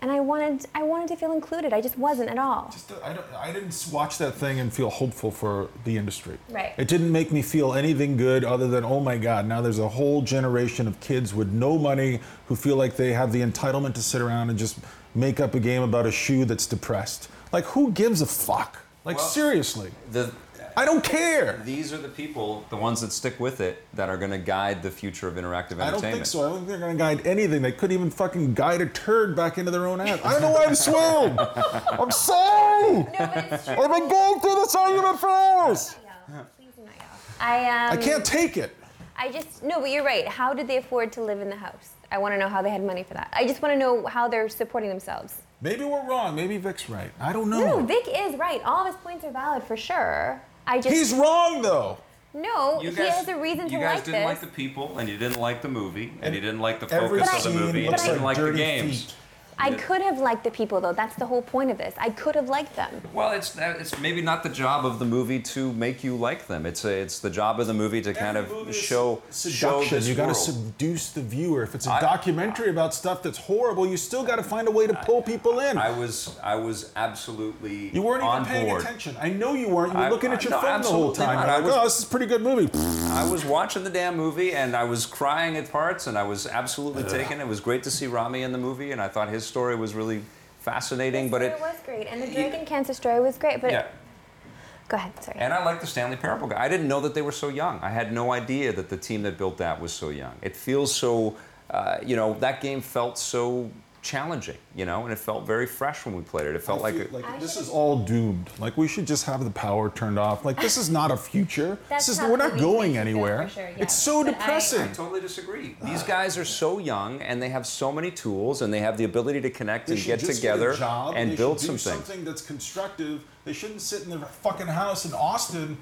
B: and I wanted I wanted to feel included. I just wasn't at all.
C: Just, uh, I, don't, I didn't s- watch that thing and feel hopeful for the industry.
B: Right.
C: It didn't make me feel anything good other than, oh my God, now there's a whole generation of kids with no money who feel like they have the entitlement to sit around and just make up a game about a shoe that's depressed. Like, who gives a fuck? Like,
A: Well-
C: seriously.
A: The-
C: I don't care.
A: these are the people, the ones that stick with it, that are going to guide the future of interactive
C: I
A: entertainment.
C: don't think so. I don't think they're going to guide anything. They couldn't even fucking guide a turd back into their own ass. I don't know why I'm swayed. I'm sorry.
B: No, but it's true.
C: I've been going through this argument for hours.
B: I
C: I
B: um,
C: can't take it.
B: I just no, but you're right. How did they afford to live in the house? I want to know how they had money for that. I just want to know how they're supporting themselves.
C: Maybe we're wrong. Maybe Vic's right. I don't know.
B: No, Vic is right. All of his points are valid for sure. I just
C: He's wrong though.
B: no. he has a reason to
A: You guys
B: like
A: didn't
B: this.
A: like the people, and you didn't like the movie, and, you didn't like the
C: Every
A: focus of the
C: scene
A: movie, and you
C: looks
A: didn't like, the
C: dirty
A: games.
C: feet.
B: I could have liked the people though. That's the whole point of this. I could have liked them.
A: Well, it's uh, it's maybe not the job of the movie to make you like them. It's a, it's the job of the movie to kind
C: Every
A: of
C: movie is
A: show show
C: Seduction.
A: this
C: You got to
A: world.
C: seduce the viewer. If it's a
A: I-
C: documentary about stuff that's horrible, you still got to find a way to pull people in.
A: I was I was absolutely
C: you weren't
A: on
C: even paying
A: board.
C: attention. I know you weren't. You were
A: I-
C: looking
A: I-
C: at your
A: no,
C: phone the whole
A: absolutely
C: time.
A: not.
C: You're
A: I
C: like,
A: was-
C: oh, this is a pretty good movie.
A: I was watching the damn movie and I was crying at parts and I was absolutely taken. It was great to see Rami in the movie and I thought his story was really fascinating. But it
B: It was great, and the
A: you-
B: Dragon Cancer story was great. But
A: yeah,
B: go ahead. Sorry.
A: and I like the Stanley Parable guy. I didn't know that they were so young. I had no idea that the team that built that was so young. It feels so, uh, you know, that game felt so challenging, you know, and it felt very fresh when we played it. It felt like,
C: feel
A: a-
C: like this is all doomed. Like we should just have the power turned off. Like this is not a future.
B: That's
C: this is
B: how
C: we're not
B: movies make
C: going
B: you feel,
C: anywhere.
B: for sure,
C: It's
B: yes.
C: so
B: But I-
C: depressing.
A: I totally disagree.
C: Ah.
A: These guys are so young, and they have so many tools, and they have the ability to connect
C: They
A: and
C: should
A: get
C: just a
A: together
C: job, they
A: and
C: should
A: build
C: do
A: some things.
C: something that's constructive. They shouldn't sit in their fucking house in Austin,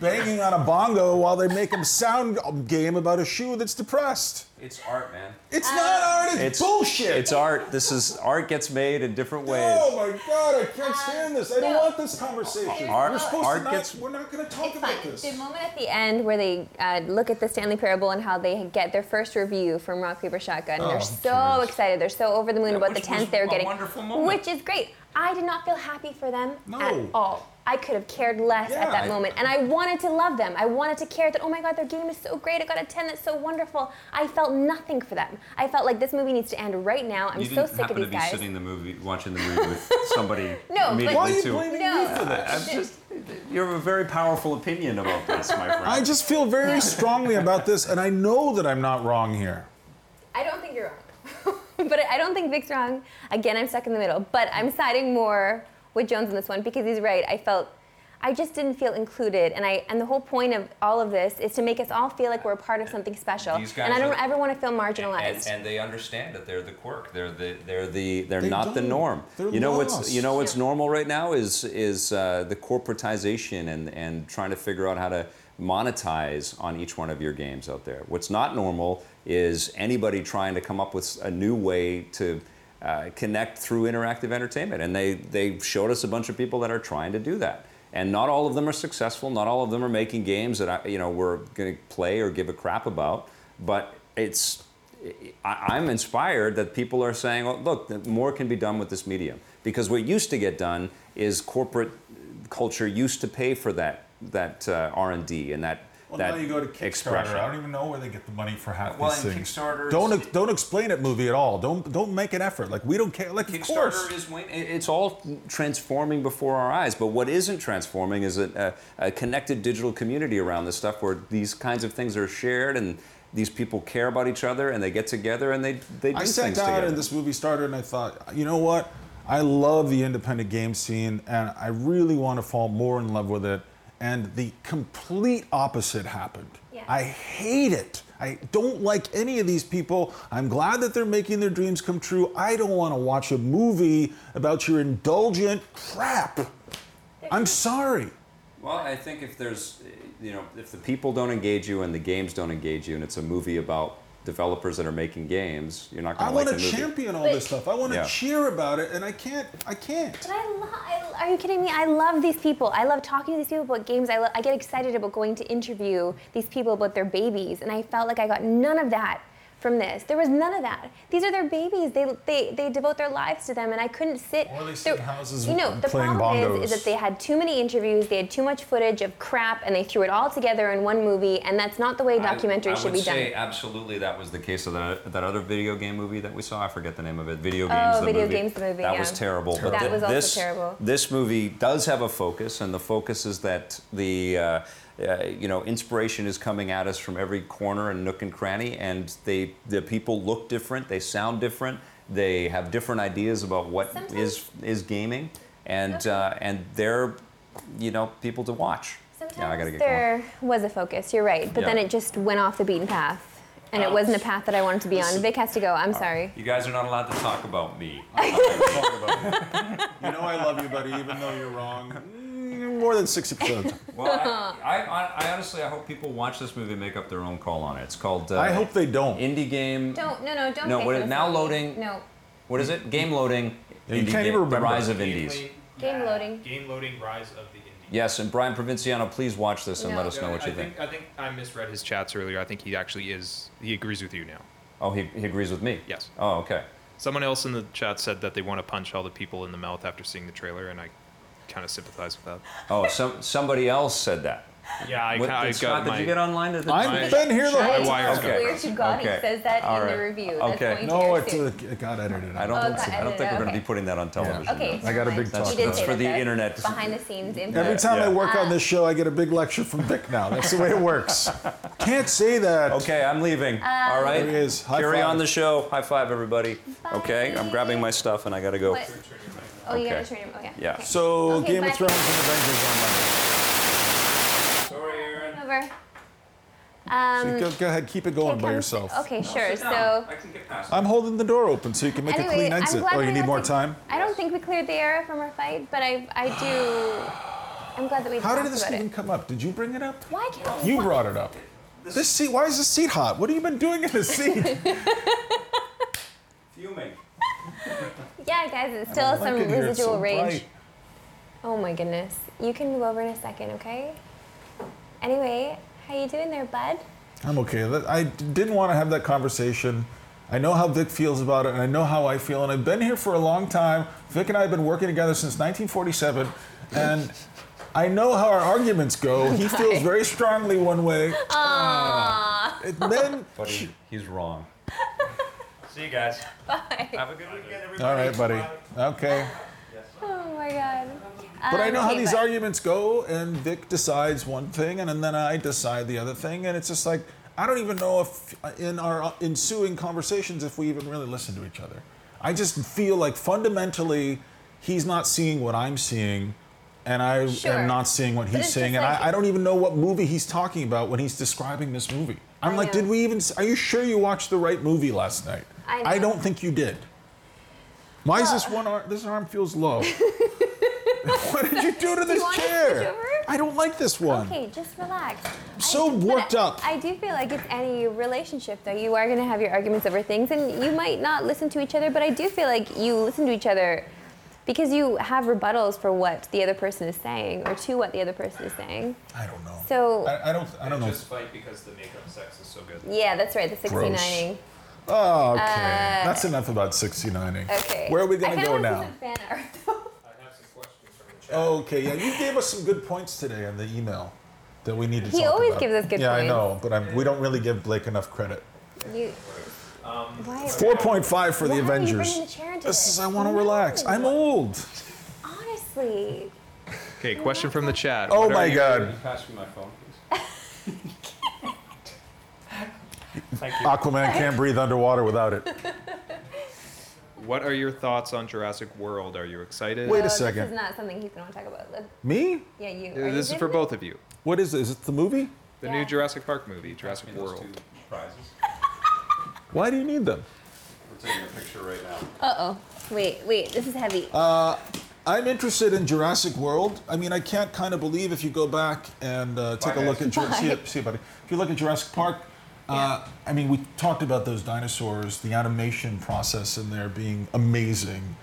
C: banging on a bongo while they make a sound game about a shoe that's depressed.
A: It's art, man.
C: It's
B: Uh,
C: not art. It's,
A: It's
C: bullshit.
A: It's art. This is art gets made in different ways.
C: Oh my god, I can't stand this. I don't
B: Uh, no.
C: want this conversation.
B: Art-
C: we're supposed
A: art
C: to not,
A: gets-
C: we're not going to talk
B: It's
C: about
B: fine.
C: this.
B: The moment at the end where they uh, look at the Stanley Parable and how they get their first review from Rock Paper Shotgun,
C: Oh,
B: they're
C: who
B: so
C: cares?
B: excited. They're so over the moon about the
A: which was
B: tenth they're
A: a
B: getting,
A: wonderful moment.
B: which is great. I did not feel happy for them at
C: No.
B: all. I could have cared less at
C: Yeah,
B: that
C: I-
B: moment, and I wanted to love them. I wanted to care that oh my god, their game is so great. I got a ten. That's so wonderful. I felt nothing for them. I felt like this movie needs to end right now. I'm
A: you
B: so
A: didn't
B: sick
A: happen
B: of these
A: to be
B: guys.
A: sitting the movie, watching the movie with somebody
B: No, but-
A: immediately
C: Why are you
A: too.
C: blaming
B: No.
C: me for this?
A: I'm just, you have a very powerful opinion about this, my friend.
C: I just feel very strongly about this, and I know that I'm not wrong here.
B: I don't think you're wrong. but I don't think Vic's wrong. Again, I'm stuck in the middle. But I'm siding more with Jones in this one because he's right. I felt I just didn't feel included, and I and the whole point of all of this is to make us all feel like we're a part of something special,
A: These
B: and
A: guys
B: I don't
A: are-
B: ever want to feel
A: and,
B: marginalized.
A: and they understand that they're the quirk. They're the they're the they're
C: They
A: not the
C: don't.
A: norm.
C: They're
A: you know
C: lost.
A: what's you know what's
B: Yeah.
A: normal right now is is uh, the corporatization and and trying to figure out how to monetize on each one of your games out there. What's not normal is anybody trying to come up with a new way to. Uh, connect through interactive entertainment, and they they showed us a bunch of people that are trying to do that, and not all of them are successful. Not all of them are making games that I, you know we're going to play or give a crap about. But it's I, I'm inspired that people are saying, well, look, that more can be done with this medium. Because what used to get done is corporate culture used to pay for that that uh, R&D and that
C: Well,
A: that
C: now you go to Kickstarter.
A: expression.
C: I don't even know where they get the money for half
A: Well,
C: these
A: and
C: things.
A: Kickstarter's-
C: Don't don't explain it, movie at all. Don't don't make an effort. Like we don't care. Like of course.
A: Kickstarter is wane- it- it's all transforming before our eyes. But what isn't transforming is a, a, a connected digital community around this stuff where these kinds of things are shared and these people care about each other and they get together and they they do
C: I
A: things
C: sat down
A: together.
C: and this movie started, and I thought, you know what? I love the independent game scene, and I really want to fall more in love with it. And the complete opposite happened.
B: Yeah.
C: I hate it. I don't like any of these people. I'm glad that they're making their dreams come true. I don't want to watch a movie about your indulgent crap. I'm sorry.
A: Well, I think if there's, you know, if the people don't engage you and the games don't engage you, and it's a movie about developers that are making games, you're not going
C: I
A: to like
C: want
A: the
C: to
A: movie.
C: champion all
B: But-
C: this stuff. I want to
A: Yeah.
C: cheer about it, and I can't. I can't.
B: But I love. I, are you kidding me? I love these people. I love talking to these people about games. I, lo- I get excited about going to interview these people about their babies, and I felt like I got none of that from this. There was none of that. These are their babies. They they, they devote their lives to them, and I couldn't sit.
C: Or they sit
B: through-
C: in houses
B: You know, the
C: playing
B: problem is,
C: bongos.
B: is that they had too many interviews. They had too much footage of crap, and they threw it all together in one movie. And that's not the way
A: I,
B: documentaries
A: I
B: should
A: would
B: be done.
A: say absolutely that was the case of that, that other video game movie that we saw. I forget the name of it. Video games. the
B: Oh, Video
A: movie.
B: Games, the movie,
A: That
B: yeah.
A: was terrible.
B: That
A: thi-
B: was also
A: this,
B: terrible.
A: This movie does have a focus, and the focus is that the. Uh, uh, you know, inspiration is coming at us from every corner and nook and cranny, and they the people look different, they sound different, they have different ideas about what is
B: Sometimes-
A: is gaming, and uh, and they're you know people to watch.
B: Sometimes
A: yeah, I gotta get going.
B: there was a focus. You're right, but then
A: Yeah. Uh,
B: it just went off the beaten path. And it wasn't a path that I wanted to be on. Vic has to go. I'm sorry.
A: You guys are not allowed to talk about me.
C: You know I love you, buddy, even though you're wrong. mm, More than 60% of the time.
A: Well, I, I, I- I honestly, I hope people watch this movie and make up their own call on it. It's called. Uh,
C: I hope they don't.
A: Indie game.
B: Don't no no don't.
A: No,
B: make
A: what
B: it
A: is-
B: a
A: now
B: song.
A: loading-
B: No,
A: What is it? Game loading.
C: Yeah, you
A: Indie
C: can't even
A: The
C: remember.
A: rise of
D: Game
A: indies.
D: lea-
B: Game
D: yeah,
B: loading.
D: Game loading. Rise of the indies.
A: Yes, and Brian Provinciano, please watch this and
B: No.
A: let us
D: Yeah,
A: know what
D: I
A: you
D: think, I think I misread his chats earlier. I think he actually is. He agrees with you now.
A: Oh, he, he agrees with me.
D: Yes.
A: Oh, okay.
D: Someone else in the chat said that they want to punch all the people in the mouth after seeing the trailer, and I kind of sympathize with that.
A: Oh, some somebody else said that.
D: Yeah, I,
A: What-
D: I
A: did, Scott,
D: got my.
A: did you get online to the?
C: I've been here the
D: My
C: whole time.
D: wire's
A: Okay.
B: Clear to God, he
A: Okay.
B: says that
A: All
B: in
A: right.
B: the review. That's
A: Okay.
B: going
C: No,
B: to
C: it,
B: air soon.
C: it got edited.
A: I don't
B: Oh,
A: think so.
B: got
A: I don't think we're going to
B: edited,
A: be putting that on television.
B: Okay,
A: though.
C: I got a
B: never
C: big
B: mind.
C: talk about
B: You did say
A: it. That's for the
B: that.
A: internet.
B: Behind the scenes info.
C: Every time I
A: Yeah.
C: work on this show, I get a big lecture from Vic now. That's the way it works. Can't say that.
A: Okay, I'm leaving. All
B: Um,
A: right.
C: There he is. High
A: Carry
C: five.
A: on the show. High five, everybody. Okay, I'm grabbing my stuff and I got to go.
B: What? Oh, you gotta
A: Okay.
B: turn him. Oh, yeah.
A: Yeah.
B: Okay.
C: So,
B: Okay,
C: Game
B: bye.
C: of Thrones and Avengers on Monday.
E: Sorry, Aaron.
B: Over. Um,
C: So go, go ahead, keep it going by
B: come-
C: yourself.
B: Okay, sure. So.
A: I can get past.
C: I'm holding the door open so you can make a clean exit.
B: glad
C: oh,
B: we
C: you need
B: got
C: more
B: to-
C: time?
B: I don't think we cleared the air from our fight, but I, I do. I'm glad that we
C: How
B: talked
C: did this
B: about
C: even
B: it.
C: come up? Did you bring it up?
B: Why can't
C: You
B: why-
C: brought it up. This seat, why is this seat hot? What have you been doing in this seat?
A: Fuming.
B: Yeah, guys, it's still
C: I like
B: some
C: it here, it's
B: residual
C: so
B: rage.
C: bright.
B: Oh my goodness. You can move over in a second, okay? Anyway, how you doing there, bud?
C: I'm okay. That- I d- didn't want to have that conversation. I know how Vic feels about it, and I know how I feel, and I've been here for a long time. Vic and I have been working together since 1947, and I know how our arguments go. He feels very strongly one way. And then,
A: But he, he's wrong.
E: See you guys.
B: Bye.
E: Have a good weekend, everybody.
C: all right, buddy. Okay.
B: Oh my god.
C: But I know
B: Um,
C: how
B: okay,
C: these
B: bud.
C: arguments go, and Vic decides one thing, and then I decide the other thing, and it's just like I don't even know if uh, in our ensuing conversations if we even really listen to each other. I just feel like fundamentally he's not seeing what I'm seeing, and I
B: Sure.
C: am not seeing what
B: But
C: he's
B: it's
C: seeing, and
B: just like-
C: I, I don't even know what movie he's talking about when he's describing this movie. I'm
B: I
C: like,
B: know.
C: did we even? s- Are you sure you watched the right movie last night?
B: I know.
C: don't think you did. Why is this one arm? This arm feels low. what did you do to this
B: want to
C: chair?
B: switch over?
C: I don't like this one.
B: Okay, just relax.
C: So
B: but
C: worked
B: I-
C: up.
B: I do feel like it's any relationship, though. You are going to have your arguments over things, and you might not listen to each other, but I do feel like you listen to each other because you have rebuttals for what the other person is saying or to what the other person is saying.
C: I don't know.
B: So-
C: I, I don't. I don't know.
D: Just fight because the makeup sex is so good.
B: Yeah, that's right, the 69ing.
C: Oh, okay. That's enough about 69ing.
B: Uh, Okay.
C: Where are we
B: I
C: gonna
B: kinda
C: go
B: wanna see
C: now?
B: some fan art, though.
C: Okay, yeah, you gave us some good points today in the email that we need to
B: He
C: talk
B: always
C: about.
B: gives us good
C: yeah,
B: points.
C: I know, but I'm, we don't really give Blake enough credit.
B: You,
D: Um,
B: why,
C: 4.5 for
B: why
C: the
B: Are you
C: Avengers.
B: bringing the chair into
C: This is, I want to
B: No.
C: relax. I'm old.
B: Honestly.
D: Okay, question from the chat.
C: Oh
D: What are
C: my
D: you-
A: Can
C: god.
A: you pass me my phone, please?
C: Aquaman can't breathe underwater without it.
D: What are your thoughts on Jurassic World? Are you excited?
C: Wait a
B: no, Oh, This
C: second.
B: is not something he's going to want to talk about. Look,
C: Me?
B: yeah, you.
D: Uh,
B: are you
D: This is for
B: good?
D: both of you.
C: What is this? Is it the movie?
D: The
B: Yeah.
D: new Jurassic Park movie, Jurassic
A: Give me those
D: World.
A: two prizes.
C: Why do you need them?
A: We're taking a picture right now.
B: Uh-oh. Wait, wait, this is heavy.
C: I'm interested in Jurassic World. I mean, I can't kind of believe if you go back and uh, take
A: Bye,
C: a
A: guys.
C: look at Jur- see, it, see it, buddy. If you look at Jurassic Park, uh, I mean, we talked about those dinosaurs, the animation process in there being amazing,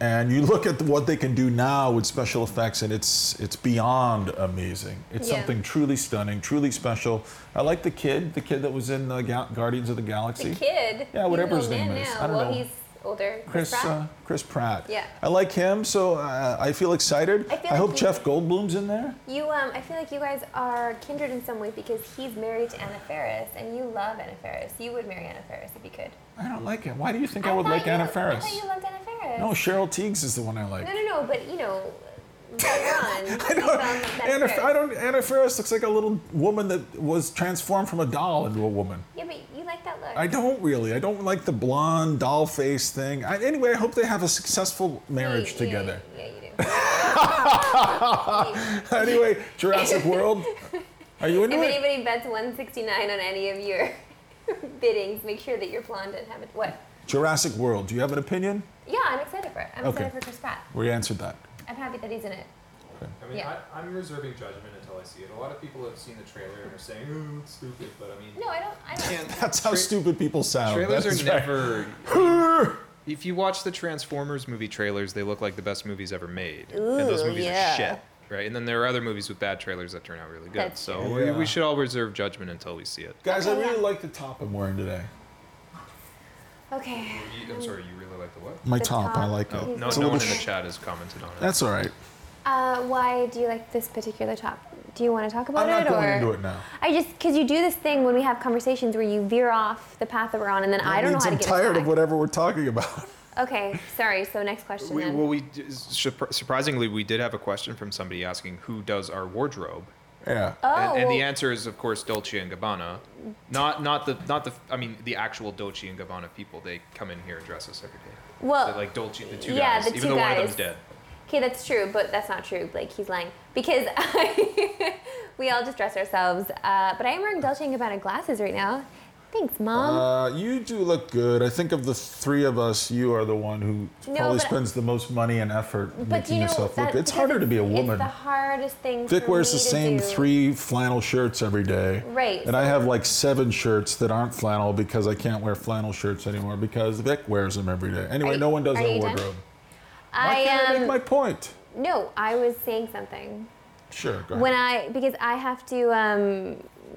C: and you look at what they can do now with special effects, and it's it's beyond amazing. It's
B: Yeah.
C: something truly stunning, truly special. I like the kid, the kid that was in uh, Ga- Guardians of the Galaxy.
B: the kid.
C: Yeah, whatever
B: he's
C: his
B: an old
C: name
B: man
C: is.
B: Now.
C: I don't
B: well,
C: know.
B: he's older.
C: Chris
B: Pratt.
C: uh, Chris Pratt.
B: Yeah.
C: I like him, so uh, I feel excited.
B: I feel
C: hope
B: like he-
C: Jeff Goldblum's in there.
B: you, um, I feel like you guys are kindred in some way because he's married to Anna Faris, and you love Anna Faris. You would marry Anna Faris if you could.
C: I don't like him. Why do you think I, would
B: thought
C: like
B: you-
C: Anna
B: I thought
C: Faris?
B: you loved Anna Faris.
C: No, Cheryl Teagues is the one I like.
B: no, no, no. But you know, later on, you
C: I
B: found
C: don't,
B: that
C: Anna,
B: Faris.
C: I don't. Anna Faris looks like a little woman that was transformed from a doll into a woman.
B: Yeah, but you like that look.
C: I don't really. I don't like the blonde doll face thing. I, anyway, I hope they have a successful marriage
B: Yeah,
C: together.
B: Yeah, yeah, you do.
C: anyway, Jurassic World. Are you into
B: If
C: it?
B: anybody bets 169 on any of your biddings, make sure that you're blonde and have it. What?
C: Jurassic World. Do you have an opinion?
B: Yeah, I'm excited for it. I'm
C: Okay.
B: excited for Chris Pratt.
C: We answered that.
B: I'm happy that he's in it.
G: I mean,
B: Yeah.
G: I, I'm reserving judgment until I see it. A lot of people have seen the trailer and are saying, "Ooh, it's stupid," but I mean,
B: No, I don't. I don't.
C: That's how
D: Tra-
C: stupid people sound.
D: Trailers
C: That's
D: are
C: right.
D: never. Oh, if you watch the Transformers movie trailers, they look like the best movies ever made, and those
B: Ooh,
D: movies
B: yeah.
D: are shit, right? And then there are other movies with bad trailers that turn out really good.
B: That's
D: so
C: true.
D: we,
C: Yeah.
D: we should all reserve judgment until we see it.
C: Guys, I
B: Okay,
C: really
B: yeah.
C: like the top I'm wearing today.
B: Okay.
G: you, I'm sorry, you really like the what?
C: My
B: The
C: top, I
B: top.
C: like
D: Oh,
C: it.
D: no,
C: It's a
D: no one
C: little
D: in the
C: sh-
D: chat has commented on it.
C: That's all right.
B: Uh, why do you like this particular top? Do you want to talk about
C: I'm not
B: it
C: going
B: or?
C: into it now.
B: I just because you do this thing when we have conversations where you veer off the path that we're on, and then I
C: That
B: don't know
C: means
B: how
C: I'm
B: to get
C: tired
B: it
C: of whatever we're talking about.
B: Okay, sorry. So next question
D: We,
B: then.
D: well, we d- surpri- surprisingly we did have a question from somebody asking who does our wardrobe,
C: yeah.
B: oh,
D: and, and the
B: well,
D: answer is of course Dolce and Gabbana, not not the not the I mean the actual Dolce and Gabbana people. They come in here and dress us every day.
B: well,
D: They're like Dolce, the two
B: yeah,
D: guys,
B: the
D: even
B: two
D: though one of
B: guys.
D: them's dead.
B: Okay, that's true, but that's not true. Like he's lying because I, we all just dress ourselves. Uh, but I am wearing Dolce & Gabbana glasses right now. Thanks, mom.
C: Uh, you do look good. I think of the three of us, you are the one who
B: No,
C: probably
B: but-
C: spends the most money and effort
B: but do
C: making
B: you know
C: yourself look.
B: that,
C: It's
B: because
C: harder to be a woman.
B: It's the hardest thing.
C: Vic
B: for
C: wears
B: me
C: the
B: to
C: same
B: do.
C: three flannel shirts every day.
B: Right,
C: And I
B: so-
C: have like seven shirts that aren't flannel because I can't wear flannel shirts anymore because Vic wears them every day. Anyway,
B: Are-
C: no one does
B: are
C: our
B: you done?
C: wardrobe. Why
B: I
C: can't I
B: am.
C: make my point?
B: no, I was saying something.
C: Sure, go ahead.
B: When I because I have to um,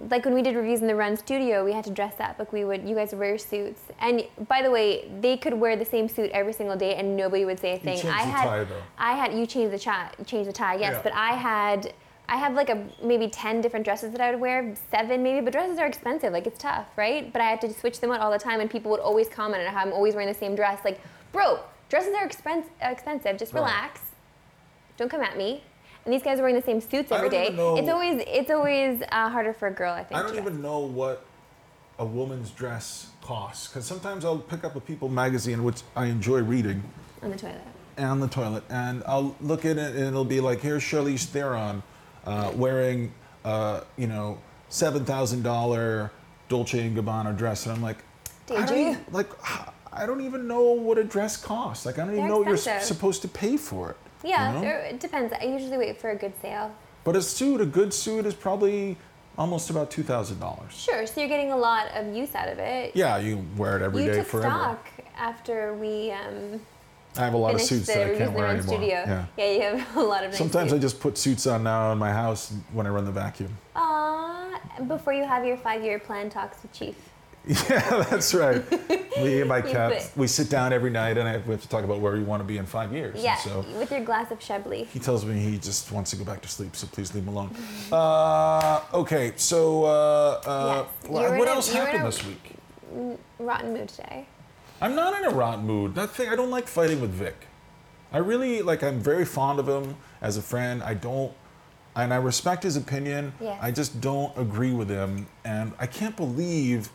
B: like when we did reviews in the Run Studio, we had to dress up. Like we would, you guys would wear your suits. And by the way, they could wear the same suit every single day, and nobody would say a thing.
C: changed
B: I
C: the
B: had,
C: tie, though.
B: I had you change the tie, change the tie. Yes,
C: Yeah.
B: but I had. I have like a maybe ten different dresses that I would wear, seven maybe, but dresses are expensive, like it's tough, right? But I had to switch them out all the time, and people would always comment on how I'm always wearing the same dress. Like, bro, dresses are expense- expensive. Just relax don't come at me. And these guys are wearing the same suits
C: I
B: every
C: don't
B: day.
C: even know-
B: It's always it's always uh, harder for a girl, I think.
C: I don't
B: to dress.
C: even know what a woman's dress costs because sometimes I'll pick up a People magazine, which I enjoy reading,
B: on the toilet.
C: on the toilet, and I'll look at it, and it'll be like, here's Charlize Theron uh, wearing, uh, you know, seven thousand dollar Dolce and Gabbana dress, and I'm like, I
B: Did
C: don't
B: you?
C: even- like, I don't even know what a dress costs. Like, I don't even
B: They're
C: know what you're s-
B: expensive.
C: supposed to pay for it. you
B: Yeah,
C: know?
B: there- it depends. I usually wait for a good sale.
C: But a suit, a good suit, is probably almost about two thousand dollars.
B: Sure, so you're getting a lot of use out of it.
C: Yeah, you wear it every
B: you
C: day
B: took
C: forever.
B: stock after we um,
C: I have a lot of
B: finished
C: suits
B: the
C: that I
B: Reuse
C: can't
B: the
C: wear
B: Run
C: anymore.
B: studio.
C: Yeah.
B: you have a lot of nice
C: Sometimes I
B: suits.
C: just put suits on now in my house when I run the vacuum.
B: Aw, before you have your five-year plan talks with Chief.
C: Yeah, that's right. Me and my
B: You
C: cat,
B: put-
C: we sit down every night and I, we have to talk about where we want to be in five years. And
B: Yeah,
C: so
B: with your glass of Chablis.
C: he tells me he just wants to go back to sleep, so please leave him alone. Uh, okay, so uh, uh,
B: Yes.
C: wha-
B: You're in
C: what
B: a-
C: else
B: you're in
C: happened
B: a-
C: this week?
B: Rotten mood today.
C: I'm not in a rotten mood. Nothing. I don't like fighting with Vic. I really like. I'm very fond of him as a friend. I don't, and I respect his opinion.
B: Yeah.
C: I just don't agree with him, and I can't believe.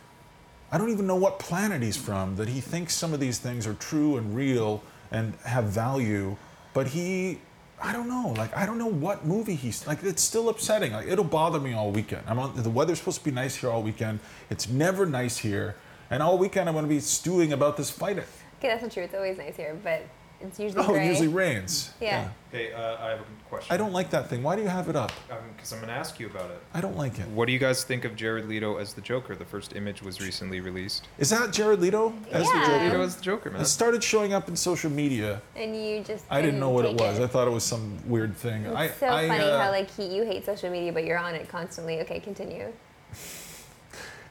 C: I don't even know what planet he's from. That he thinks some of these things are true and real and have value, but he. I don't know. Like I don't know what movie he's like. It's still upsetting. Like it'll bother me all weekend. I'm on. The weather's supposed to be nice here all weekend. It's never nice here, and all weekend I'm going to be stewing about this fight.
B: Okay, that's not true. It's always nice here, but it's usually
C: Oh, it
B: gray.
C: usually rains.
B: Yeah.
G: Hey, uh, I have a question.
C: I don't like that thing. Why do you have it up?
D: Um,
G: Because I'm going to ask you about it.
C: I don't like it.
D: What do you guys think of Jared Leto as the Joker? The first image was recently released.
C: Is that Jared Leto as the
B: Yeah.
C: Joker?
D: Leto as the Joker, man.
C: It started showing up in social media.
B: and you just
C: I didn't know what it
B: take
C: was. I thought it was some weird thing. I,
B: It's so
C: I,
B: funny
C: uh,
B: how like he, you hate social media, but you're on it constantly. Okay, continue.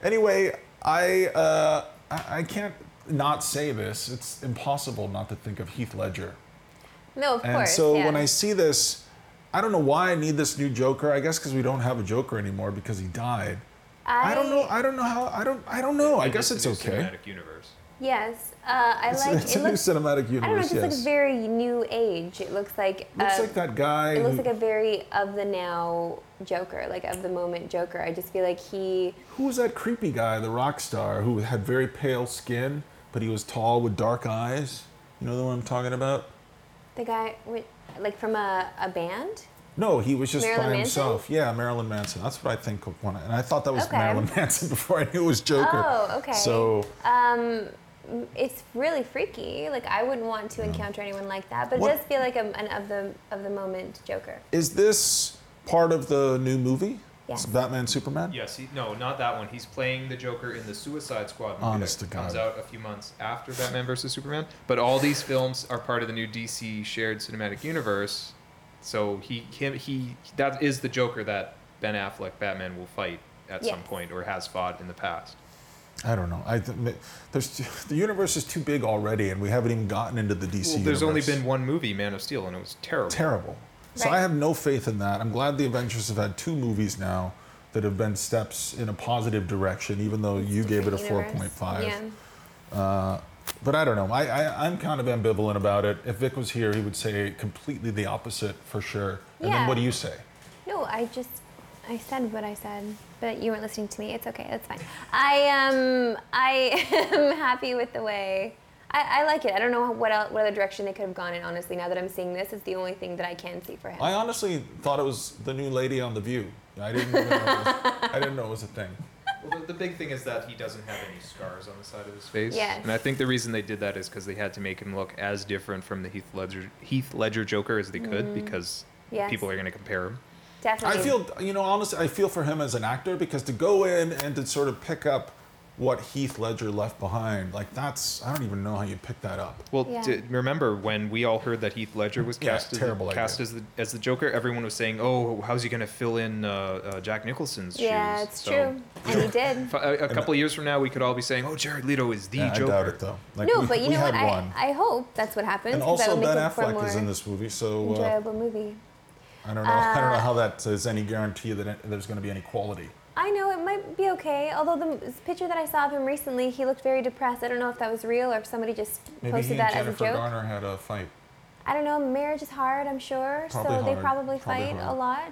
C: Anyway, I, uh, I I can't not say this. It's impossible not to think of Heath Ledger.
B: No, of
C: And
B: course.
C: so
B: yeah.
C: when I see this, I don't know why I need this new Joker. I guess because we don't have a Joker anymore because he died. I, don't know. I don't know how. I don't. I don't know. I
D: It
C: guess
D: is
C: it's
D: the new
C: okay.
D: Cinematic universe.
B: Yes, uh, I
C: It's,
B: like.
C: it's
B: it
C: a
B: looks,
C: new cinematic universe.
B: I don't know. It just
C: yes.
B: looks very new age. It looks like.
C: Looks
B: uh,
C: like that guy.
B: It looks
C: who-
B: like a very of the now Joker, like of the moment Joker. I just feel like he.
C: who was that creepy guy, the rock star, who had very pale skin, but he was tall with dark eyes? You know the one I'm talking about?
B: The guy, went, like from a, a band?
C: No, he was just
B: Marilyn
C: by
B: Manson?
C: himself. Yeah, Marilyn Manson. That's what I think of one. And I thought that was
B: Okay.
C: Marilyn Manson before I knew it was Joker.
B: Oh, okay.
C: So
B: Um, it's really freaky. Like I wouldn't want to encounter anyone like that, but
C: What-
B: it does feel like a, an of the of the moment Joker.
C: is this part of the new movie?
B: Yes.
C: It's Batman Superman?
G: Yes, he, no, not that one. He's playing the Joker in the Suicide Squad movie
C: Honest
G: that
C: to
G: comes
C: God.
G: out a few months after Batman.
D: Batman versus Superman. But all these films are part of the new DC shared cinematic universe. So he him, he that is the Joker that Ben Affleck Batman will fight at some
B: Yes.
D: point or has fought in the past.
C: I don't know. I th- there's the universe is too big already, and we haven't even gotten into the DC.
D: Well, there's only
C: universe.
D: been one movie, Man of Steel, and it was terrible.
C: terrible. So
B: Right.
C: I have no faith in that. I'm glad the Avengers have had two movies now that have been steps in a positive direction, even though you gave it a
B: Universe.
C: 4.5.
B: Yeah.
C: But I don't know. I, I, I'm kind of ambivalent about it. If Vic was here, he would say completely the opposite for sure. And
B: Yeah.
C: then what do you say?
B: No, I just I said what I said, but you weren't listening to me. It's okay. That's fine. I um I am happy with the way. I, I like it. I don't know what else, what other direction they could have gone in. Honestly, now that I'm seeing this, it's the only thing that I can see for him.
C: I honestly thought it was the new lady on The View. I didn't, even know, it was, I didn't know it was a thing.
G: Well, the, the big thing is that he doesn't have any scars on the side of his face.
D: Face.
B: Yes.
D: And I think the reason they did that is because they had to make him look as different from the Heath Ledger Heath Ledger Joker as they could because
B: Mm. Yes.
D: people are going to compare him.
B: Definitely.
C: I feel, you know, honestly, I feel for him as an actor because to go in and to sort of pick up what Heath Ledger left behind, like that's, I don't even know how you pick that up.
D: Well,
B: Yeah.
D: d- remember when we all heard that Heath Ledger was
C: Yeah,
D: cast, as,
C: terrible idea.
D: cast as, the, as the Joker? Everyone was saying, "Oh, how's he going to fill in uh, uh, Jack Nicholson's
B: yeah,
D: shoes?"
B: it's
D: So,
B: true, and he did.
D: f- A, a couple years from now, we could all be saying, "Oh, Jared Leto is the
C: Yeah, I
D: Joker."
C: doubt it though. Like,
B: No,
C: we,
B: but you
C: we
B: know what?
C: had
B: I,
C: one.
B: I hope that's what happens.
C: and
B: 'cause that'll
C: also
B: make
C: Ben
B: it for a
C: Affleck is
B: more Uh,
C: in this movie, so uh,
B: Enjoyable movie.
C: I don't know. I don't know how that is any guarantee that it, there's going to be any quality.
B: I know it might be okay. Although the m- picture that I saw of him recently, he looked very depressed. I don't know if that was real or if somebody just
C: Maybe
B: posted
C: he and
B: that as a
C: Jennifer
B: joke.
C: Garner had a fight.
B: I don't know. Marriage is hard, I'm sure.
C: Probably
B: so they
C: hard.
B: probably
C: Probably
B: fight a
C: hard.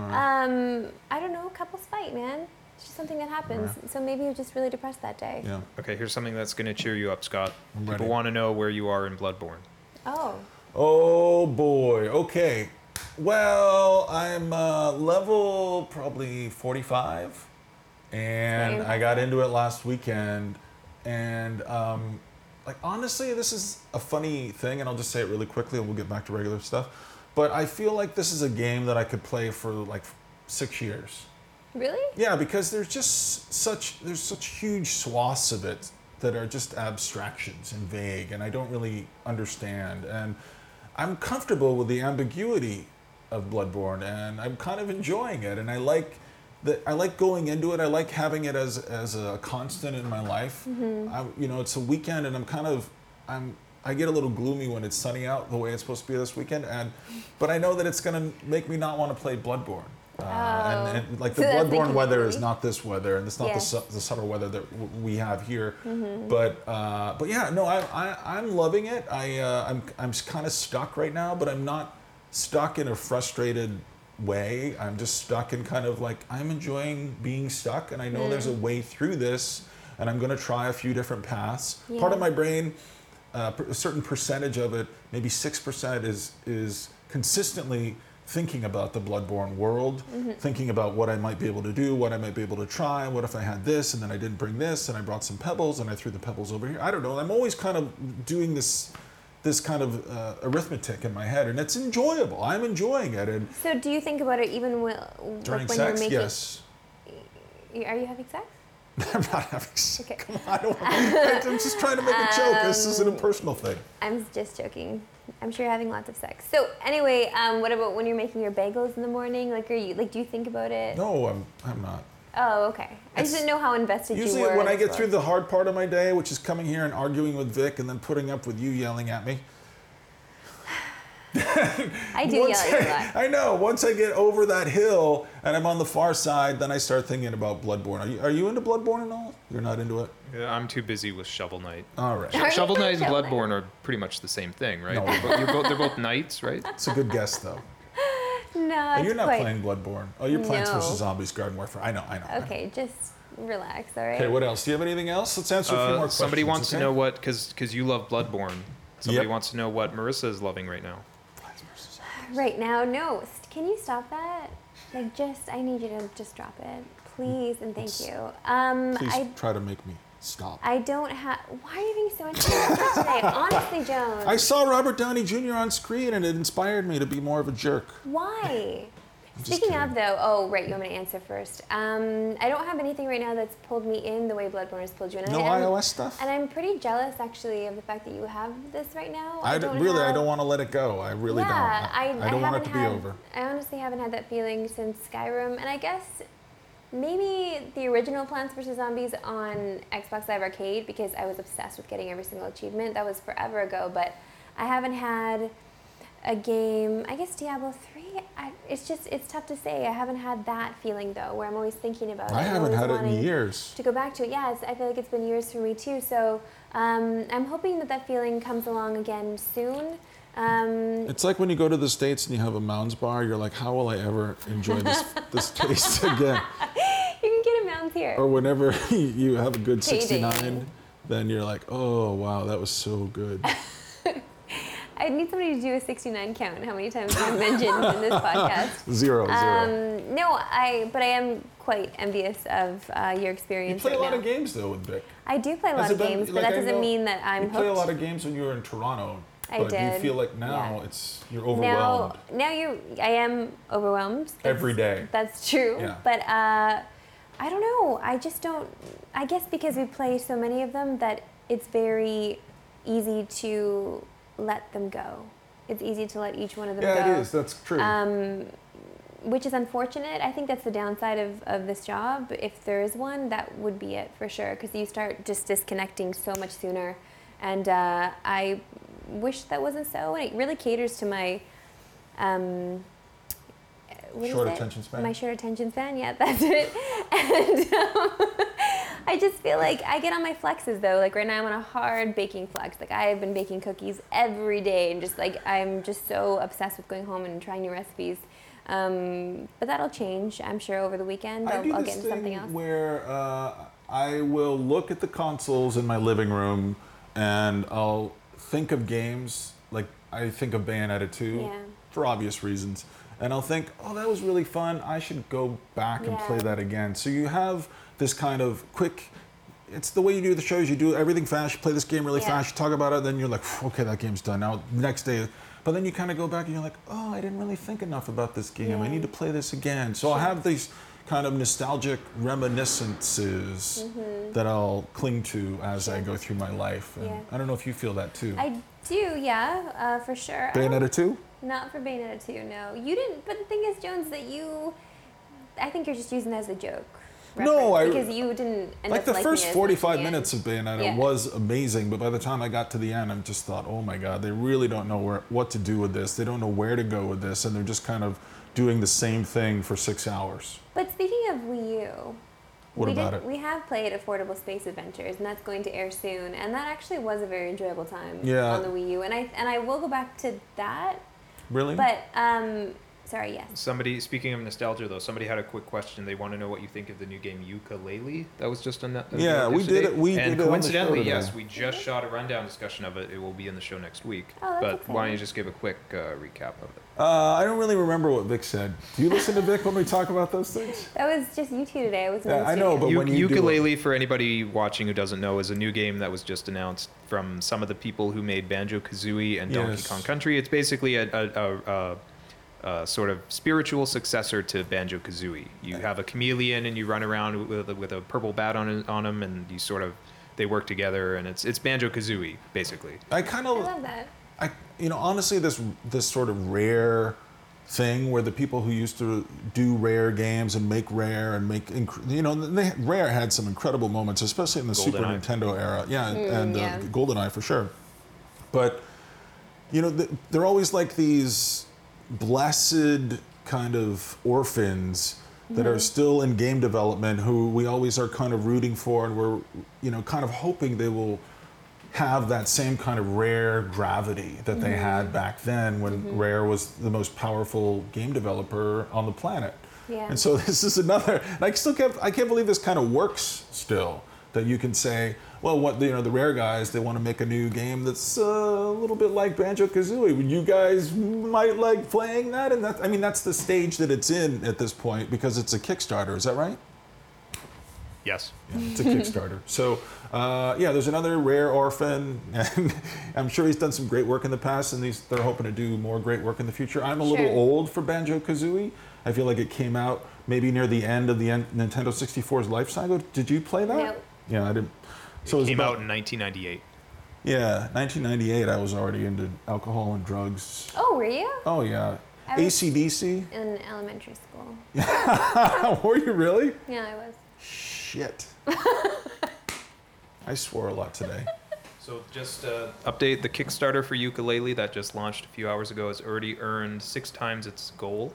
C: Uh-huh.
B: lot. Um, I don't know. Couples fight, man. It's just something that happens. So maybe he was just really depressed that day.
C: Yeah.
D: Okay, here's something that's going to cheer you up, Scott.
C: I'm
D: People
C: ready.
D: want to know where you are in Bloodborne.
B: Oh.
C: Oh boy. Okay. Well, I'm uh, level probably 45, and
B: Same.
C: I got into it last weekend, and um, like honestly, this is a funny thing, and I'll just say it really quickly, and we'll get back to regular stuff. But I feel like this is a game that I could play for like six years.
B: Really?
C: Yeah, because there's just such there's such huge swaths of it that are just abstractions and vague, and I don't really understand. And I'm comfortable with the ambiguity of Bloodborne, and I'm kind of enjoying it. And I like that I like going into it. I like having it as as a constant in my life. I, you know, it's a weekend, and I'm kind of I'm. I get a little gloomy when it's sunny out, the way it's supposed to be this weekend, and but I know that it's going to make me not want to play Bloodborne. Uh,
B: Oh.
C: and, and like the
B: So that's
C: Bloodborne
B: like
C: weather is
B: complete?
C: not this weather, and it's not
B: Yeah.
C: the, su- the summer weather that w- we have here.
B: Mm-hmm.
C: But uh, but yeah, no, I, I I'm loving it. I uh, I'm I'm kind of stuck right now, but I'm not stuck in a frustrated way. I'm just stuck in kind of like I'm enjoying being stuck, and I know there's a
B: Mm.
C: way through this, and I'm gonna try a few different paths. Part of
B: Yeah.
C: my brain uh, per- a certain percentage of it, maybe six percent, is is consistently thinking about the bloodborne world,
B: Mm-hmm.
C: thinking about what I might be able to do, what I might be able to try, what if I had this and then I didn't bring this and I brought some pebbles and I threw the pebbles over here. I don't know. I'm always kind of doing this this kind of uh, arithmetic in my head, and it's enjoyable. I'm enjoying it. And
B: So do you think about it even when,
C: during
B: like when
C: sex,
B: you're making?
C: yes,
B: you- Are you having sex?
C: I'm not having. sex.
B: Okay.
C: Come on, I don't. I'm just trying to make a joke. this is an
B: Um,
C: impersonal thing.
B: I'm just joking. I'm sure you're having lots of sex. So anyway, um, what about when you're making your bagels in the morning? Like, are you like, do you think about it?
C: No, I'm. I'm not.
B: Oh, okay. I just didn't know how invested
C: Usually,
B: you were.
C: when
B: in
C: I
B: this
C: get through
B: world.
C: the hard part of my day, which is coming here and arguing with Vic and then putting up with you yelling at me.
B: I do yell
C: once
B: at you a
C: I-
B: lot.
C: I know. Once I get over that hill and I'm on the far side, then I start thinking about Bloodborne. Are you, are you into Bloodborne and all? You're not into it?
D: Yeah, I'm too busy with Shovel Knight.
C: All right.
B: Are you
D: Shovel Knight and
B: Shovel Knight?
D: Bloodborne are pretty much the same thing, right?
C: No.
D: They're, both, you're both, they're both knights, right?
C: It's a good guess, though.
B: No,
C: And
B: it's
C: you're not
B: quite.
C: playing Bloodborne. Oh, you're Plants
B: No.
C: vs. Zombies Garden Warfare. I know, I know. I know.
B: Okay, just relax. All right.
C: Okay, what else? Do you have anything else? Let's answer a few more
D: Uh,
C: questions.
D: somebody wants
C: okay?
D: to know what, because because you love Bloodborne. Somebody
C: Yep.
D: wants to know what Marissa is loving right now.
B: Right now, no. S- Can you stop that? Like, just I need you to just drop it, please, and thank you. Um,
C: Please
B: I
C: try to make me stop. I,
B: I don't have. Why are you being so interrupted today? Honestly, Jones.
C: saw Robert Downey Jr. on screen and it inspired me to be more of a jerk.
B: Why?
C: just
B: Speaking of
C: kidding.
B: though, oh right, you want me to answer first. Um, I don't have anything right now that's pulled me in the way Bloodborne has pulled you in.
C: No
B: and I'm-
C: iOS stuff?
B: And I'm pretty jealous actually of the fact that you have this right now.
C: I d- really, I
B: have-
C: don't want to let it go. I really
B: yeah,
C: don't. I-
B: I,
C: I, don't want it
B: haven't
C: to be
B: had-
C: over.
B: I honestly haven't had that feeling since Skyrim, and I guess maybe the original Plants vs Zombies on Xbox Live Arcade because I was obsessed with getting every single achievement. That was forever ago, but I haven't had a game. I guess Diablo three. I, it's just it's tough to say. I haven't had that feeling though, where I'm always thinking about it.
C: I
B: and
C: haven't
B: always
C: had it in
B: wanting-
C: years.
B: to go back to it. Yeah, it's, I feel like it's been years for me too. So um, I'm hoping that that feeling comes along again soon. Um,
C: It's like when you go to the states and you have a Mounds bar. You're like, how will I ever enjoy this this taste again?
B: you can get a mounds here.
C: Or whenever you have a good
B: Payday.
C: 69, then you're like, oh wow, that was so good.
B: I need somebody to do a 69 count. How many times I've mentioned in this podcast?
C: Zero, zero.
B: Um, no, I. But I am quite envious of uh, your
C: you
B: experience.
C: play a
B: right
C: lot
B: now.
C: of games though with Vic.
B: I do play a lot
C: Has
B: of
C: it been-
B: games, but
C: like,
B: that
C: I
B: doesn't
C: know
B: mean that I'm
C: You
B: hooked.
C: play a lot of games when you were in Toronto.
B: I
C: but you
B: did,
C: feel like now
B: yeah.
C: it's you're
B: now,
C: overwhelmed.
B: now you, I am overwhelmed.
C: Every day.
B: That's true.
C: Yeah.
B: But uh, I don't know. I just don't. I guess because we play so many of them that it's very easy to let them go. It's easy to let each one of them go.
C: yeah, it is. That's true.
B: Um, which is unfortunate. I think that's the downside of, of this job. If there is one, that would be it for sure, because you start just disconnecting so much sooner. And uh, I wish that wasn't so. And it really caters to my. Um, uh, what is
C: Short
B: it?
C: attention span.
B: My short attention span, yeah, that's it. And um, I just feel like I get on my flexes though. Like right now, I'm on a hard baking flex. Like I have been baking cookies every day, and just like I'm just so obsessed with going home and trying new recipes. Um, but that'll change, I'm sure, over the weekend.
C: I
B: I'll,
C: do
B: I'll
C: this
B: get into something
C: thing
B: else.
C: where uh, I will look at the consoles in my living room and I'll think of games like I I think of Bayonetta 2
B: Yeah.
C: for obvious reasons. And I'll think, oh, that was really fun. I should go back and
B: Yeah.
C: play that again. So you have this kind of quick, it's the way you do the shows. You do everything fast, you play this game really
B: Yeah.
C: fast, you talk about it, then you're like, "Phew, okay, that game's done. Now, next day. But then you kind of go back and you're like, oh, I didn't really think enough about this game. I
B: Yeah.
C: need to play this again. So I'll have these kind of nostalgic reminiscences that I'll cling to as I go through my life. And
B: Mm-hmm. Yeah.
C: I don't know if you feel that too.
B: I do, yeah, uh, for sure. I don't-
C: Bayonetta 2?
B: Not for Bayonetta 2, no. You didn't, but the thing is, Jones, that you, I think you're just using that as a joke.
C: No,
B: reference,
C: I-
B: Because you didn't end
C: Like
B: up
C: the
B: liking it
C: first
B: as much
C: 45
B: again.
C: minutes of Bayonetta
B: Yeah.
C: was amazing, but by the time I got to the end, I just thought, oh my God, they really don't know where, what to do with this. They don't know where to go with this, and they're just kind of doing the same thing for six hours.
B: But speaking of Wii U,
C: What
B: we
C: about
B: did,
C: it?
B: We have played Affordable Space Adventures, and that's going to air soon. And that actually was a very enjoyable time
C: Yeah.
B: on the Wii U. And I and I will go back to that.
C: really?
B: But um, sorry, yes.
D: Somebody speaking of nostalgia though, somebody had a quick question. They want to know what you think of the new game Ukulele that was just on that.
C: Yeah, we did it- we did it
D: and
C: on the show
D: coincidentally,
C: today.
D: yes, we just shot a rundown discussion of it. It will be in the show next week.
B: Oh, that's
D: but why don't
B: exciting.
D: you just give a quick uh, recap of it?
C: uh, I don't really remember what Vic said. Do you listen to Vic when we talk about those things?
B: That was just you two today. I was in
C: Yeah,
B: the
C: I know,
B: studio.
C: but
D: U-
C: when you do it-
D: ukulele, for anybody watching who doesn't know, is a new game that was just announced from some of the people who made Banjo Kazooie and Donkey
C: Yes.
D: Kong Country. It's basically a, a, a, a, a sort of spiritual successor to Banjo Kazooie. You have a chameleon and you run around with, with a purple bat on on him, and you sort of they work together, and it's it's Banjo Kazooie basically.
C: I kind
B: I
C: of
B: love that.
C: I, you know, honestly, this this sort of rare thing where the people who used to do rare games and make rare and make inc- you know they rare had some incredible moments especially in the super
D: GoldenEye.
C: nintendo era yeah and, and
B: yeah.
C: Uh, goldeneye for sure but you know th- they're always like these blessed kind of orphans that are still in game development who we always are kind of rooting for and we're you know kind of hoping they will have that same kind of rare gravity that they had back then when rare was the most powerful game developer on the planet
B: Yeah.
C: and so this is another and i still can't i can't believe this kind of works still that you can say well what you know the rare guys they want to make a new game that's uh, a little bit like banjo kazooie you guys might like playing that and that i mean that's the stage that it's in at this point because it's a kickstarter is that right
D: Yes.
C: it's a Kickstarter. So, uh, yeah, there's another rare orphan, and I'm sure he's done some great work in the past, and these, they're hoping to do more great work in the future. I'm a little
B: Sure.
C: old for Banjo Kazooie. I feel like it came out maybe near the end of the N- Nintendo 64's life cycle. Did you play that?
B: No.
C: Yeah, I didn't. So it, was
D: Came
C: about-
D: out in 1998.
C: Yeah, 1998. I was already into alcohol and drugs.
B: Oh, were you
C: Oh yeah,
B: I was-
C: ACDC.
B: in elementary school?
C: Oh, Were you really?
B: Yeah, I was.
C: Shit. I swore a lot today.
D: So just uh, update the Kickstarter for ukulele that just launched a few hours ago has already earned six times its goal.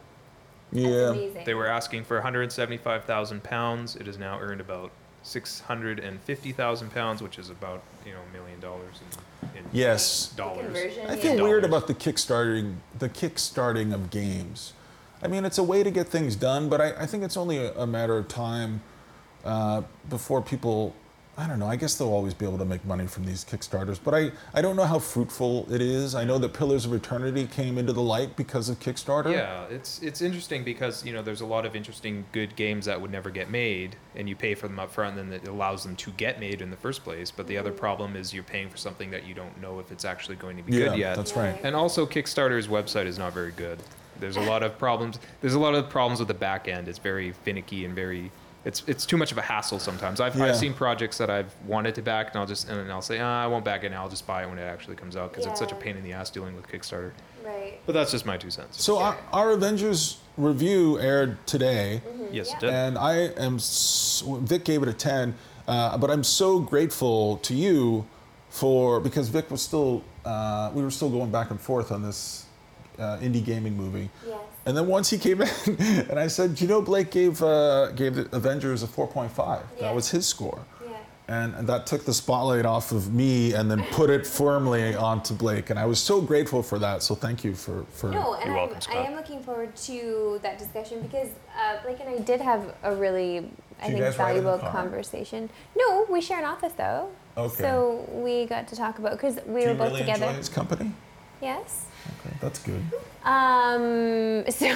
B: That's
C: Yeah.
B: amazing.
D: They were asking for 175,000 pounds. It has now earned about 650,000 pounds, which is about you know a million dollars in, in
C: Yes.
D: dollars.
B: Conversion,
C: I
B: yeah.
C: feel
D: Dollars.
C: weird about the kickstarting the kickstarting of games. I mean, it's a way to get things done, but I, I think it's only a, a matter of time uh, before people. I don't know. I guess they'll always be able to make money from these kickstarters, but I, I don't know how fruitful it is. I know that Pillars of Eternity came into the light because of Kickstarter.
D: Yeah, it's it's interesting because you know there's a lot of interesting good games that would never get made, and you pay for them up front, and then it allows them to get made in the first place. But the
C: Mm-hmm.
D: other problem is you're paying for something that you don't know if it's actually going to be
C: Yeah,
D: good yet.
C: that's right.
D: And also, Kickstarter's website is not very good. There's a lot of problems. There's a lot of problems with the back end. It's very finicky and very. It's it's too much of a hassle sometimes. I've,
C: Yeah.
D: I've seen projects that I've wanted to back, and I'll just and then I'll say, ah, I won't back it now. I'll just buy it when it actually comes out because it's such a
B: Yeah.
D: pain in the ass dealing with Kickstarter.
B: Right.
D: But that's just my two cents.
C: So our, our Avengers review aired today.
D: yes, it
B: yeah.
D: did.
C: And I am, s- Vic gave it a 10, uh, but I'm so grateful to you for, because Vic was still, uh, we were still going back and forth on this uh, indie gaming movie.
B: Yes.
C: And then once he came in, and I said, you know, Blake gave, uh, gave the Avengers a 4.5.
B: Yeah.
C: That was his score.
B: Yeah.
C: And, and that took the spotlight off of me and then put it firmly onto Blake. And I was so grateful for that. So thank you for, for
B: No, and
D: You're
B: I'm,
D: welcome,
B: I
D: Scott.
B: am looking forward to that discussion because uh, Blake and I did have a really, I
C: Do you
B: think,
C: guys ride in the
B: valuable
C: car?
B: conversation. No, we share an office though.
C: Okay.
B: So we got to talk about because we
C: Do
B: were
C: you
B: both
C: really
B: together.
C: enjoy his company?
B: Yes.
C: Okay, that's good.
B: Um, so,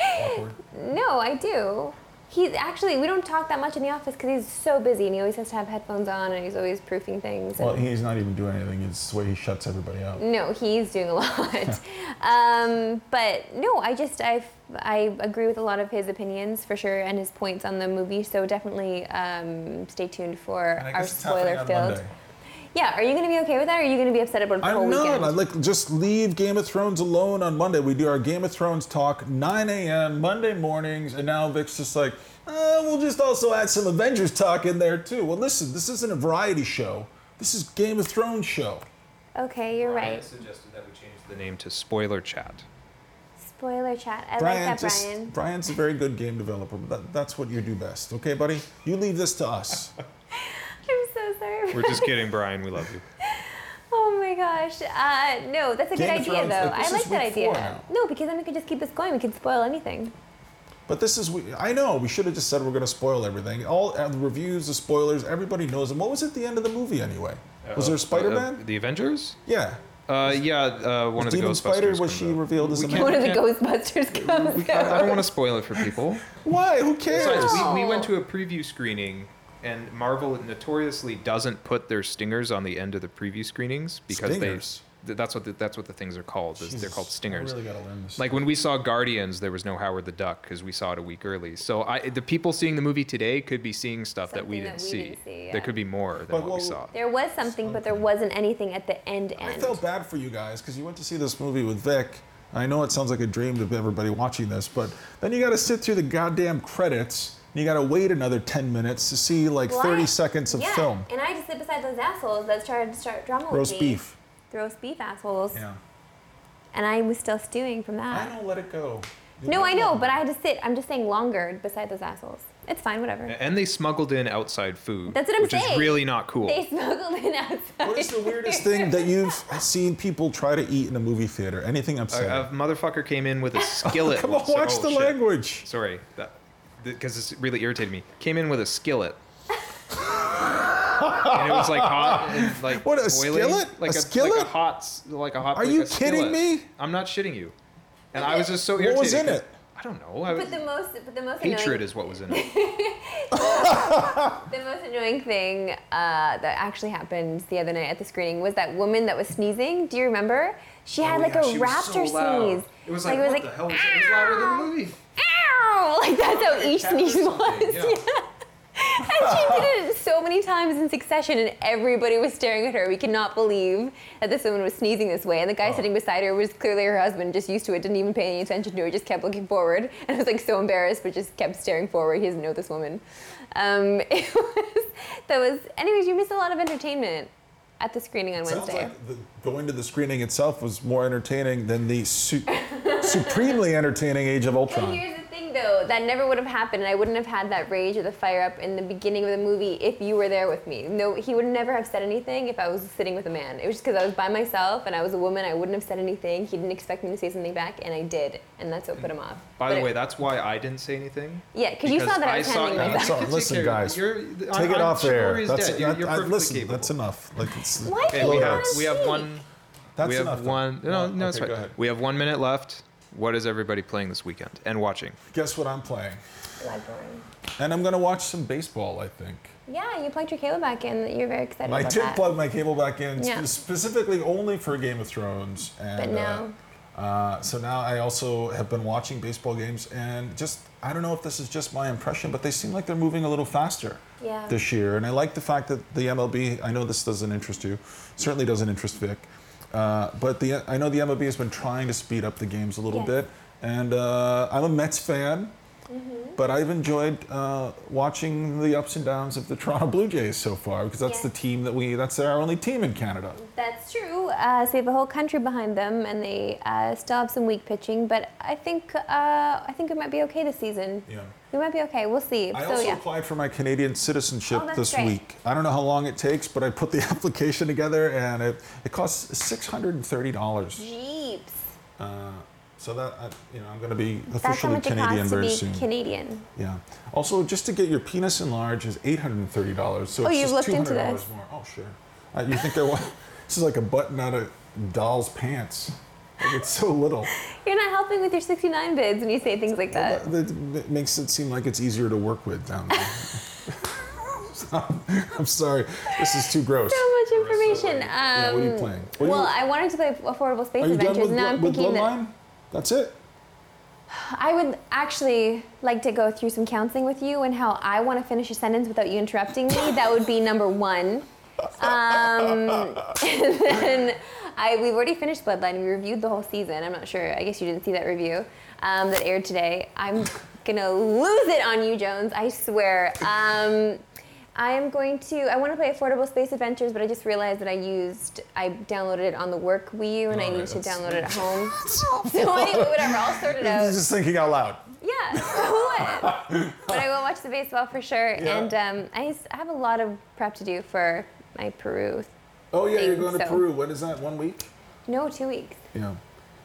G: Awkward.
B: no, I do. He's actually, we don't talk that much in the office because he's so busy and he always has to have headphones on and he's always proofing things. and-
C: Well, he's not even doing anything. It's the way he shuts everybody out.
B: no, he's doing a lot. um, but no, I just, I, I agree with a lot of his opinions for sure and his points on the movie. So definitely um, stay tuned for
C: And I
B: our
C: guess it's happening
B: spoiler
C: on
B: filled.
C: Monday.
B: Yeah, are you going to be okay with that or are you going to be upset about the whole
C: I'm not.
B: weekend?
C: I like just leave Game of Thrones alone on Monday. We do our Game of Thrones talk 9 a.m. Monday mornings, and now Vic's just like, uh, we'll just also add some Avengers talk in there too. Well, listen, this isn't a variety show. This is Game of Thrones show.
B: okay, you're
G: Brian
B: right.
G: suggested that we change the
D: The name to Spoiler Chat.
B: Spoiler chat. I like that,
C: just-
B: Brian.
C: Brian's a very good game developer, but that, that's what you do best. Okay, buddy? You leave this to us.
B: I'm so sorry.
D: We're just kidding, Brian. We love you.
B: Oh my gosh. Uh, no, that's a
C: Game
B: good
C: of
B: idea,
C: Thrones,
B: though.
C: like, this
B: I like
C: is
B: that
C: week
B: idea.
C: four now.
B: No, because then we could just keep this going. We could spoil anything.
C: But this is, we- I know, we should have just said we're going to spoil everything. All uh, the reviews, the spoilers, everybody knows them. What was at the end of the movie anyway? Was there Spider Man?
D: Uh, the Avengers?
C: yeah.
D: Uh, yeah, uh, one of the
C: Demon
D: Ghostbusters.
C: Spider was she
D: comes up.
C: revealed as a
D: can't-
C: man?
B: One of the
D: yeah.
B: Ghostbusters comes out.
D: I I don't want to spoil it for people.
C: Why? Who cares?
D: Besides,
B: No.
D: we, we went to a preview screening, and Marvel notoriously doesn't put their stingers on the end of the preview screenings because
C: Stingers?
D: they. th- That's what the, that's what the things are called. is They're called stingers.
C: I really gotta learn this.
D: Like when we saw Guardians, there was no Howard the Duck because we saw it a week early. So I, the people seeing the movie today could be seeing stuff that we
B: Something
D: didn't
B: that we
D: see.
B: didn't see, yeah.
D: There could be more than
C: But
D: what
C: what-
D: we saw.
B: There was something, but there wasn't anything at the end
C: I
B: end.
C: felt bad for you guys because you went to see this movie with Vic. I know it sounds like a dream to everybody watching this, but then you gotta sit through the goddamn credits. And you gotta wait another 10 minutes to see like
B: Well,
C: 30
B: I-
C: seconds of
B: yeah,
C: film.
B: And I just sit beside those assholes that started to start drama with
C: Roast
B: me.
C: beef.
B: The roast beef assholes.
C: Yeah.
B: And I was still stewing from
C: I
B: that.
C: know, let it go.
B: no, I know, but I had to sit. I'm just saying longer beside those assholes. It's fine, whatever.
D: And they smuggled in outside food.
B: That's what I'm
D: which
B: saying.
D: is really not cool.
B: They smuggled in outside.
C: What is the weirdest thing that you've seen people try to eat in a movie theater? Anything
D: a,
C: upsetting?
D: a motherfucker came in with a skillet.
C: Come on,
D: So-
C: watch
D: oh,
C: the
D: shit.
C: language.
D: Sorry, because it's really irritated me. Came in with a skillet. and it was like hot, and like
C: What, a
D: boiling.
C: skillet? A
D: Like like
C: skillet?
D: a hot, s- like a hot.
C: Are
D: like
C: you
D: a
C: kidding
D: skillet.
C: me?
D: I'm not shitting you. And I was just so
C: What
D: irritated.
C: was in
D: 'cause-
C: it?
D: I don't know. I was,
B: But the most, but the most
D: hatred
B: annoying,
D: is what was in it.
B: the most annoying thing uh, that actually happened the other night at the screening was that woman that was sneezing. Do you remember? She
D: Oh,
B: had
C: Oh,
B: like a raptor sneeze.
D: It was like, what the hell was it? It was louder than the movie.
B: ow! Like that's how "Ah!" each sneeze was.
D: yeah.
B: and she did it so many times in succession, and everybody was staring at her. We could not believe that this woman was sneezing this way. And the guy
C: Oh.
B: sitting beside her was clearly her husband, just used to it, didn't even pay any attention to it, just kept looking forward. And was like so embarrassed, but just kept staring forward. He doesn't know this woman. Um, it was, that was, anyways, you missed a lot of entertainment at the screening on
C: Sounds
B: Wednesday.
C: like the, going to the screening itself was more entertaining than the su- supremely entertaining Age of
B: But
C: Ultron.
B: here's the thing, though, that never would have happened, and I wouldn't have had that rage or the fire up in the beginning of the movie if you were there with me. No, he would never have said anything if I was sitting with a man. It was just because I was by myself and I was a woman. I wouldn't have said anything. He didn't expect me to say something back, and I did, and that's what put him off.
D: By
B: But
D: the
B: it-
D: way, that's why I didn't say anything.
B: yeah, because you saw that I was handling
D: you-
B: myself.
C: That's all-
D: Take
C: listen,
D: care.
C: guys.
D: You're-
C: Take
D: I'm-
C: it
D: I'm
C: off
D: sure
C: air.
D: he's
C: That's,
D: dead. You're-
C: that-
D: you're
C: I-
D: perfectly
C: listen,
D: capable.
C: that's enough. Like it's,
B: Why do
D: Okay,
B: you
D: we
B: want
D: have,
B: to
D: we have
B: speak?
D: one.
C: Oh, that's
D: we have
C: enough.
D: one. No, no, it's
C: okay, go
D: fine.
C: ahead.
D: We have one minute left. What is everybody playing this weekend and watching?
C: Guess what I'm playing?
B: Bloodborne.
C: And I'm gonna watch some baseball. I think.
B: Yeah, you plugged your cable back in. You're very excited
C: I
B: about
C: did
B: that.
C: plug my cable back in
B: Yeah.
C: sp- specifically only for Game of Thrones. And,
B: But now-
C: Uh, uh, so now I also have been watching baseball games, and just I don't know if this is just my impression, but they seem like they're moving a little faster
B: Yeah.
C: this year. And I like the fact that the MLB. I know this doesn't interest you, certainly doesn't interest Vic, uh, but the I know the MLB has been trying to speed up the games a little
B: Yes.
C: bit. And uh, I'm a Mets fan.
B: Mm-hmm.
C: But I've enjoyed uh, watching the ups and downs of the Toronto Blue Jays so far because that's
B: Yeah.
C: the team that we, that's our only team in Canada.
B: That's true. Uh, so we have a whole country behind them, and they uh, still have some weak pitching. But I think uh, I think we might be okay this season.
C: Yeah.
B: We might be okay. We'll see.
C: I
B: so
C: also
B: yeah.
C: applied for my Canadian citizenship
B: Oh, that's
C: this
B: great.
C: week. I don't know how long it takes, but I put the application together and it, it costs $630.
B: Jeeps.
C: Uh, so that, I, you know, I'm going to be
B: That's how
C: officially
B: much it
C: Canadian
B: costs to
C: very
B: be
C: soon.
B: Canadian.
C: yeah. Also, just to get your penis enlarged is $830. So
B: Oh,
C: it's
B: you've
C: just
B: looked into
C: $200
B: this.
C: more. Oh, sure. Uh, you think I want, this is like a button out of doll's pants. Like it's so little.
B: You're not helping with your 69 bids when you say things like that.
C: That, that makes it seem like it's easier to work with down there. I'm sorry. This is too gross.
B: So much information. Um,
C: Yeah, what are you playing? What are
B: Well,
C: you-
B: I wanted to play Affordable Space
C: Are you done
B: Adventures.
C: with,
B: Now I'm
C: Blo- with
B: thinking that
C: Bloodline? That's it.
B: I would actually like to go through some counseling with you and how I want to finish a sentence without you interrupting me. That would be number one. Um, and then I, we've already finished Bloodline. We reviewed the whole season. I'm not sure. I guess you didn't see that review um, that aired today. I'm gonna lose it on you, Jones. I swear. Um, I am going to. I want to play Affordable Space Adventures, but I just realized that I used. I downloaded it on the work Wii U, and I
C: Alright,
B: need to
C: that's-
B: download it at home. so anyway, whatever. I'll sort it out.
C: He's just thinking out loud.
B: Yeah, so what? but I will watch the baseball for sure.
C: Yeah.
B: And um, I s- I have a lot of prep to do for my Peru.
C: Oh yeah, you're
B: Think
C: going to
B: so.
C: Peru. When is that? One week?
B: No, two weeks.
C: Yeah.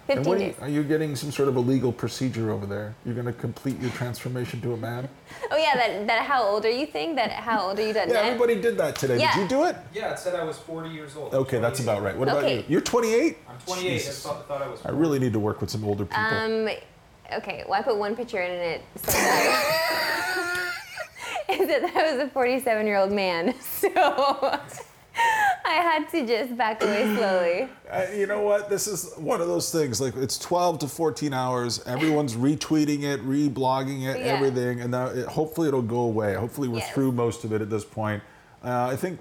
C: And
B: 15
C: what are you,
B: days.
C: are you getting some sort of a legal procedure over there? You're going to complete your transformation to a man?
B: Oh, yeah, that, that how old are you thing? That how old are you done
C: Yeah,
B: that?
C: everybody did that today.
B: Yeah.
C: Did you do it?
G: Yeah, it said I was 40 years old.
C: Okay, that's
G: 28.
C: about right. What about
B: Okay.
C: you? You're 28?
G: I'm 28.
C: Oh, Jesus.
G: I thought, thought I was.
C: I really need to work with some older people.
B: Um, okay, well, I put one picture in and it said that I- it said that I was a 47 year old man. So I had to just back away slowly.
C: Uh, you know what? This is one of those things. Like it's 12 to 14 hours. Everyone's retweeting it, reblogging it,
B: Yeah.
C: everything, and now it, hopefully it'll go away. Hopefully we're
B: Yes.
C: through most of it at this point. Uh, I think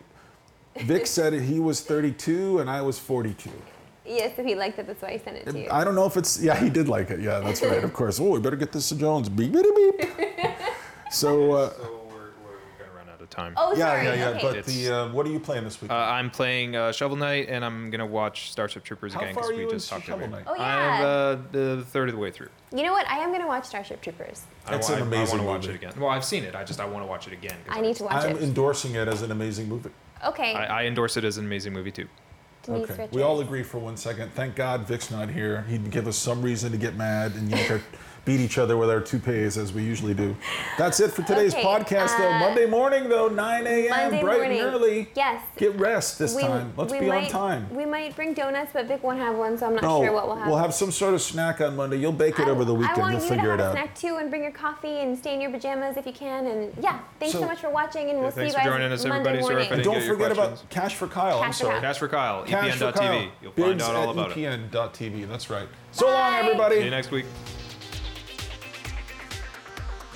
C: Vic said he was 32 and I was 42.
B: Yes, if he liked it, that's why he sent it to you.
C: I don't know if it's. Yeah, he did like it. Yeah, that's right. Of course. Oh, we better get this to Jones. Beep, beep, beep. So. Uh,
G: So we're, we're
D: gonna run out of time.
B: Oh,
C: yeah,
B: sorry.
C: yeah, yeah.
B: okay.
C: But the uh, what are you playing this week?
D: Uh, I'm playing uh, Shovel Knight, and I'm gonna watch Starship Troopers
C: How
D: again
C: far
D: because
C: are
D: we
C: you
D: just
C: in
D: talked
C: Shovel
D: about it.
C: Knight?
B: Oh,
D: I'm
B: yeah.
D: uh, the third of the way through.
B: You know what? I am going to watch Starship Troopers.
C: That's
D: I, wa-
C: an
D: I-
C: amazing
D: I want to watch
C: movie.
D: it again. Well, I've seen it. I just I want to watch it again. 'cause
B: I need to watch
C: I'm
B: it.
C: endorsing it as an amazing movie.
B: okay.
D: I, I endorse it as an amazing movie too.
B: Denise
C: okay.
B: Richards.
C: We all agree for one second. Thank God Vic's not here. He'd give us some reason to get mad and yank our, beat each other with our toupees as we usually do. That's it for today's
B: Okay,
C: podcast, though.
B: uh,
C: Monday morning, though, 9 a.m.
B: Monday
C: bright
B: morning.
C: and early.
B: Yes.
C: Get rest this time. Let's
B: we
C: be
B: might,
C: on time.
B: We might bring donuts, but Vic won't have one, so I'm not
C: no,
B: sure what will happen.
C: we'll have some sort of snack on Monday. You'll bake it over the weekend.
B: I want
C: You'll
B: you
C: figure
B: to have
C: it
B: a
C: out.
B: snack too, and bring your coffee and stay in your pajamas if you can. And yeah, thanks so,
C: So-
B: much for watching, and we'll see you
D: thanks
B: guys
D: for joining us,
B: Monday
D: everybody. Sorry if I
B: morning.
D: didn't-
C: Don't
D: get your
C: forget about
D: questions. E
C: Cash for Kyle. I'm
B: Cash for
C: sorry.
B: Kyle.
D: Cash for Kyle,
C: Cash for Kyle.
D: EPN.tv. You'll find
C: Bids
D: out all
C: at E
D: about it.
C: EPN.tv. That's right. So long,
B: Bye.
C: everybody.
D: See you next week.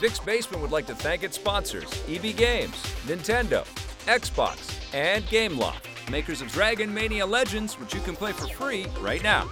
H: Dick's Basement would like to thank its sponsors EB Games, Nintendo, Xbox, and GameLoft, makers of Dragon Mania Legends, which you can play for free right now.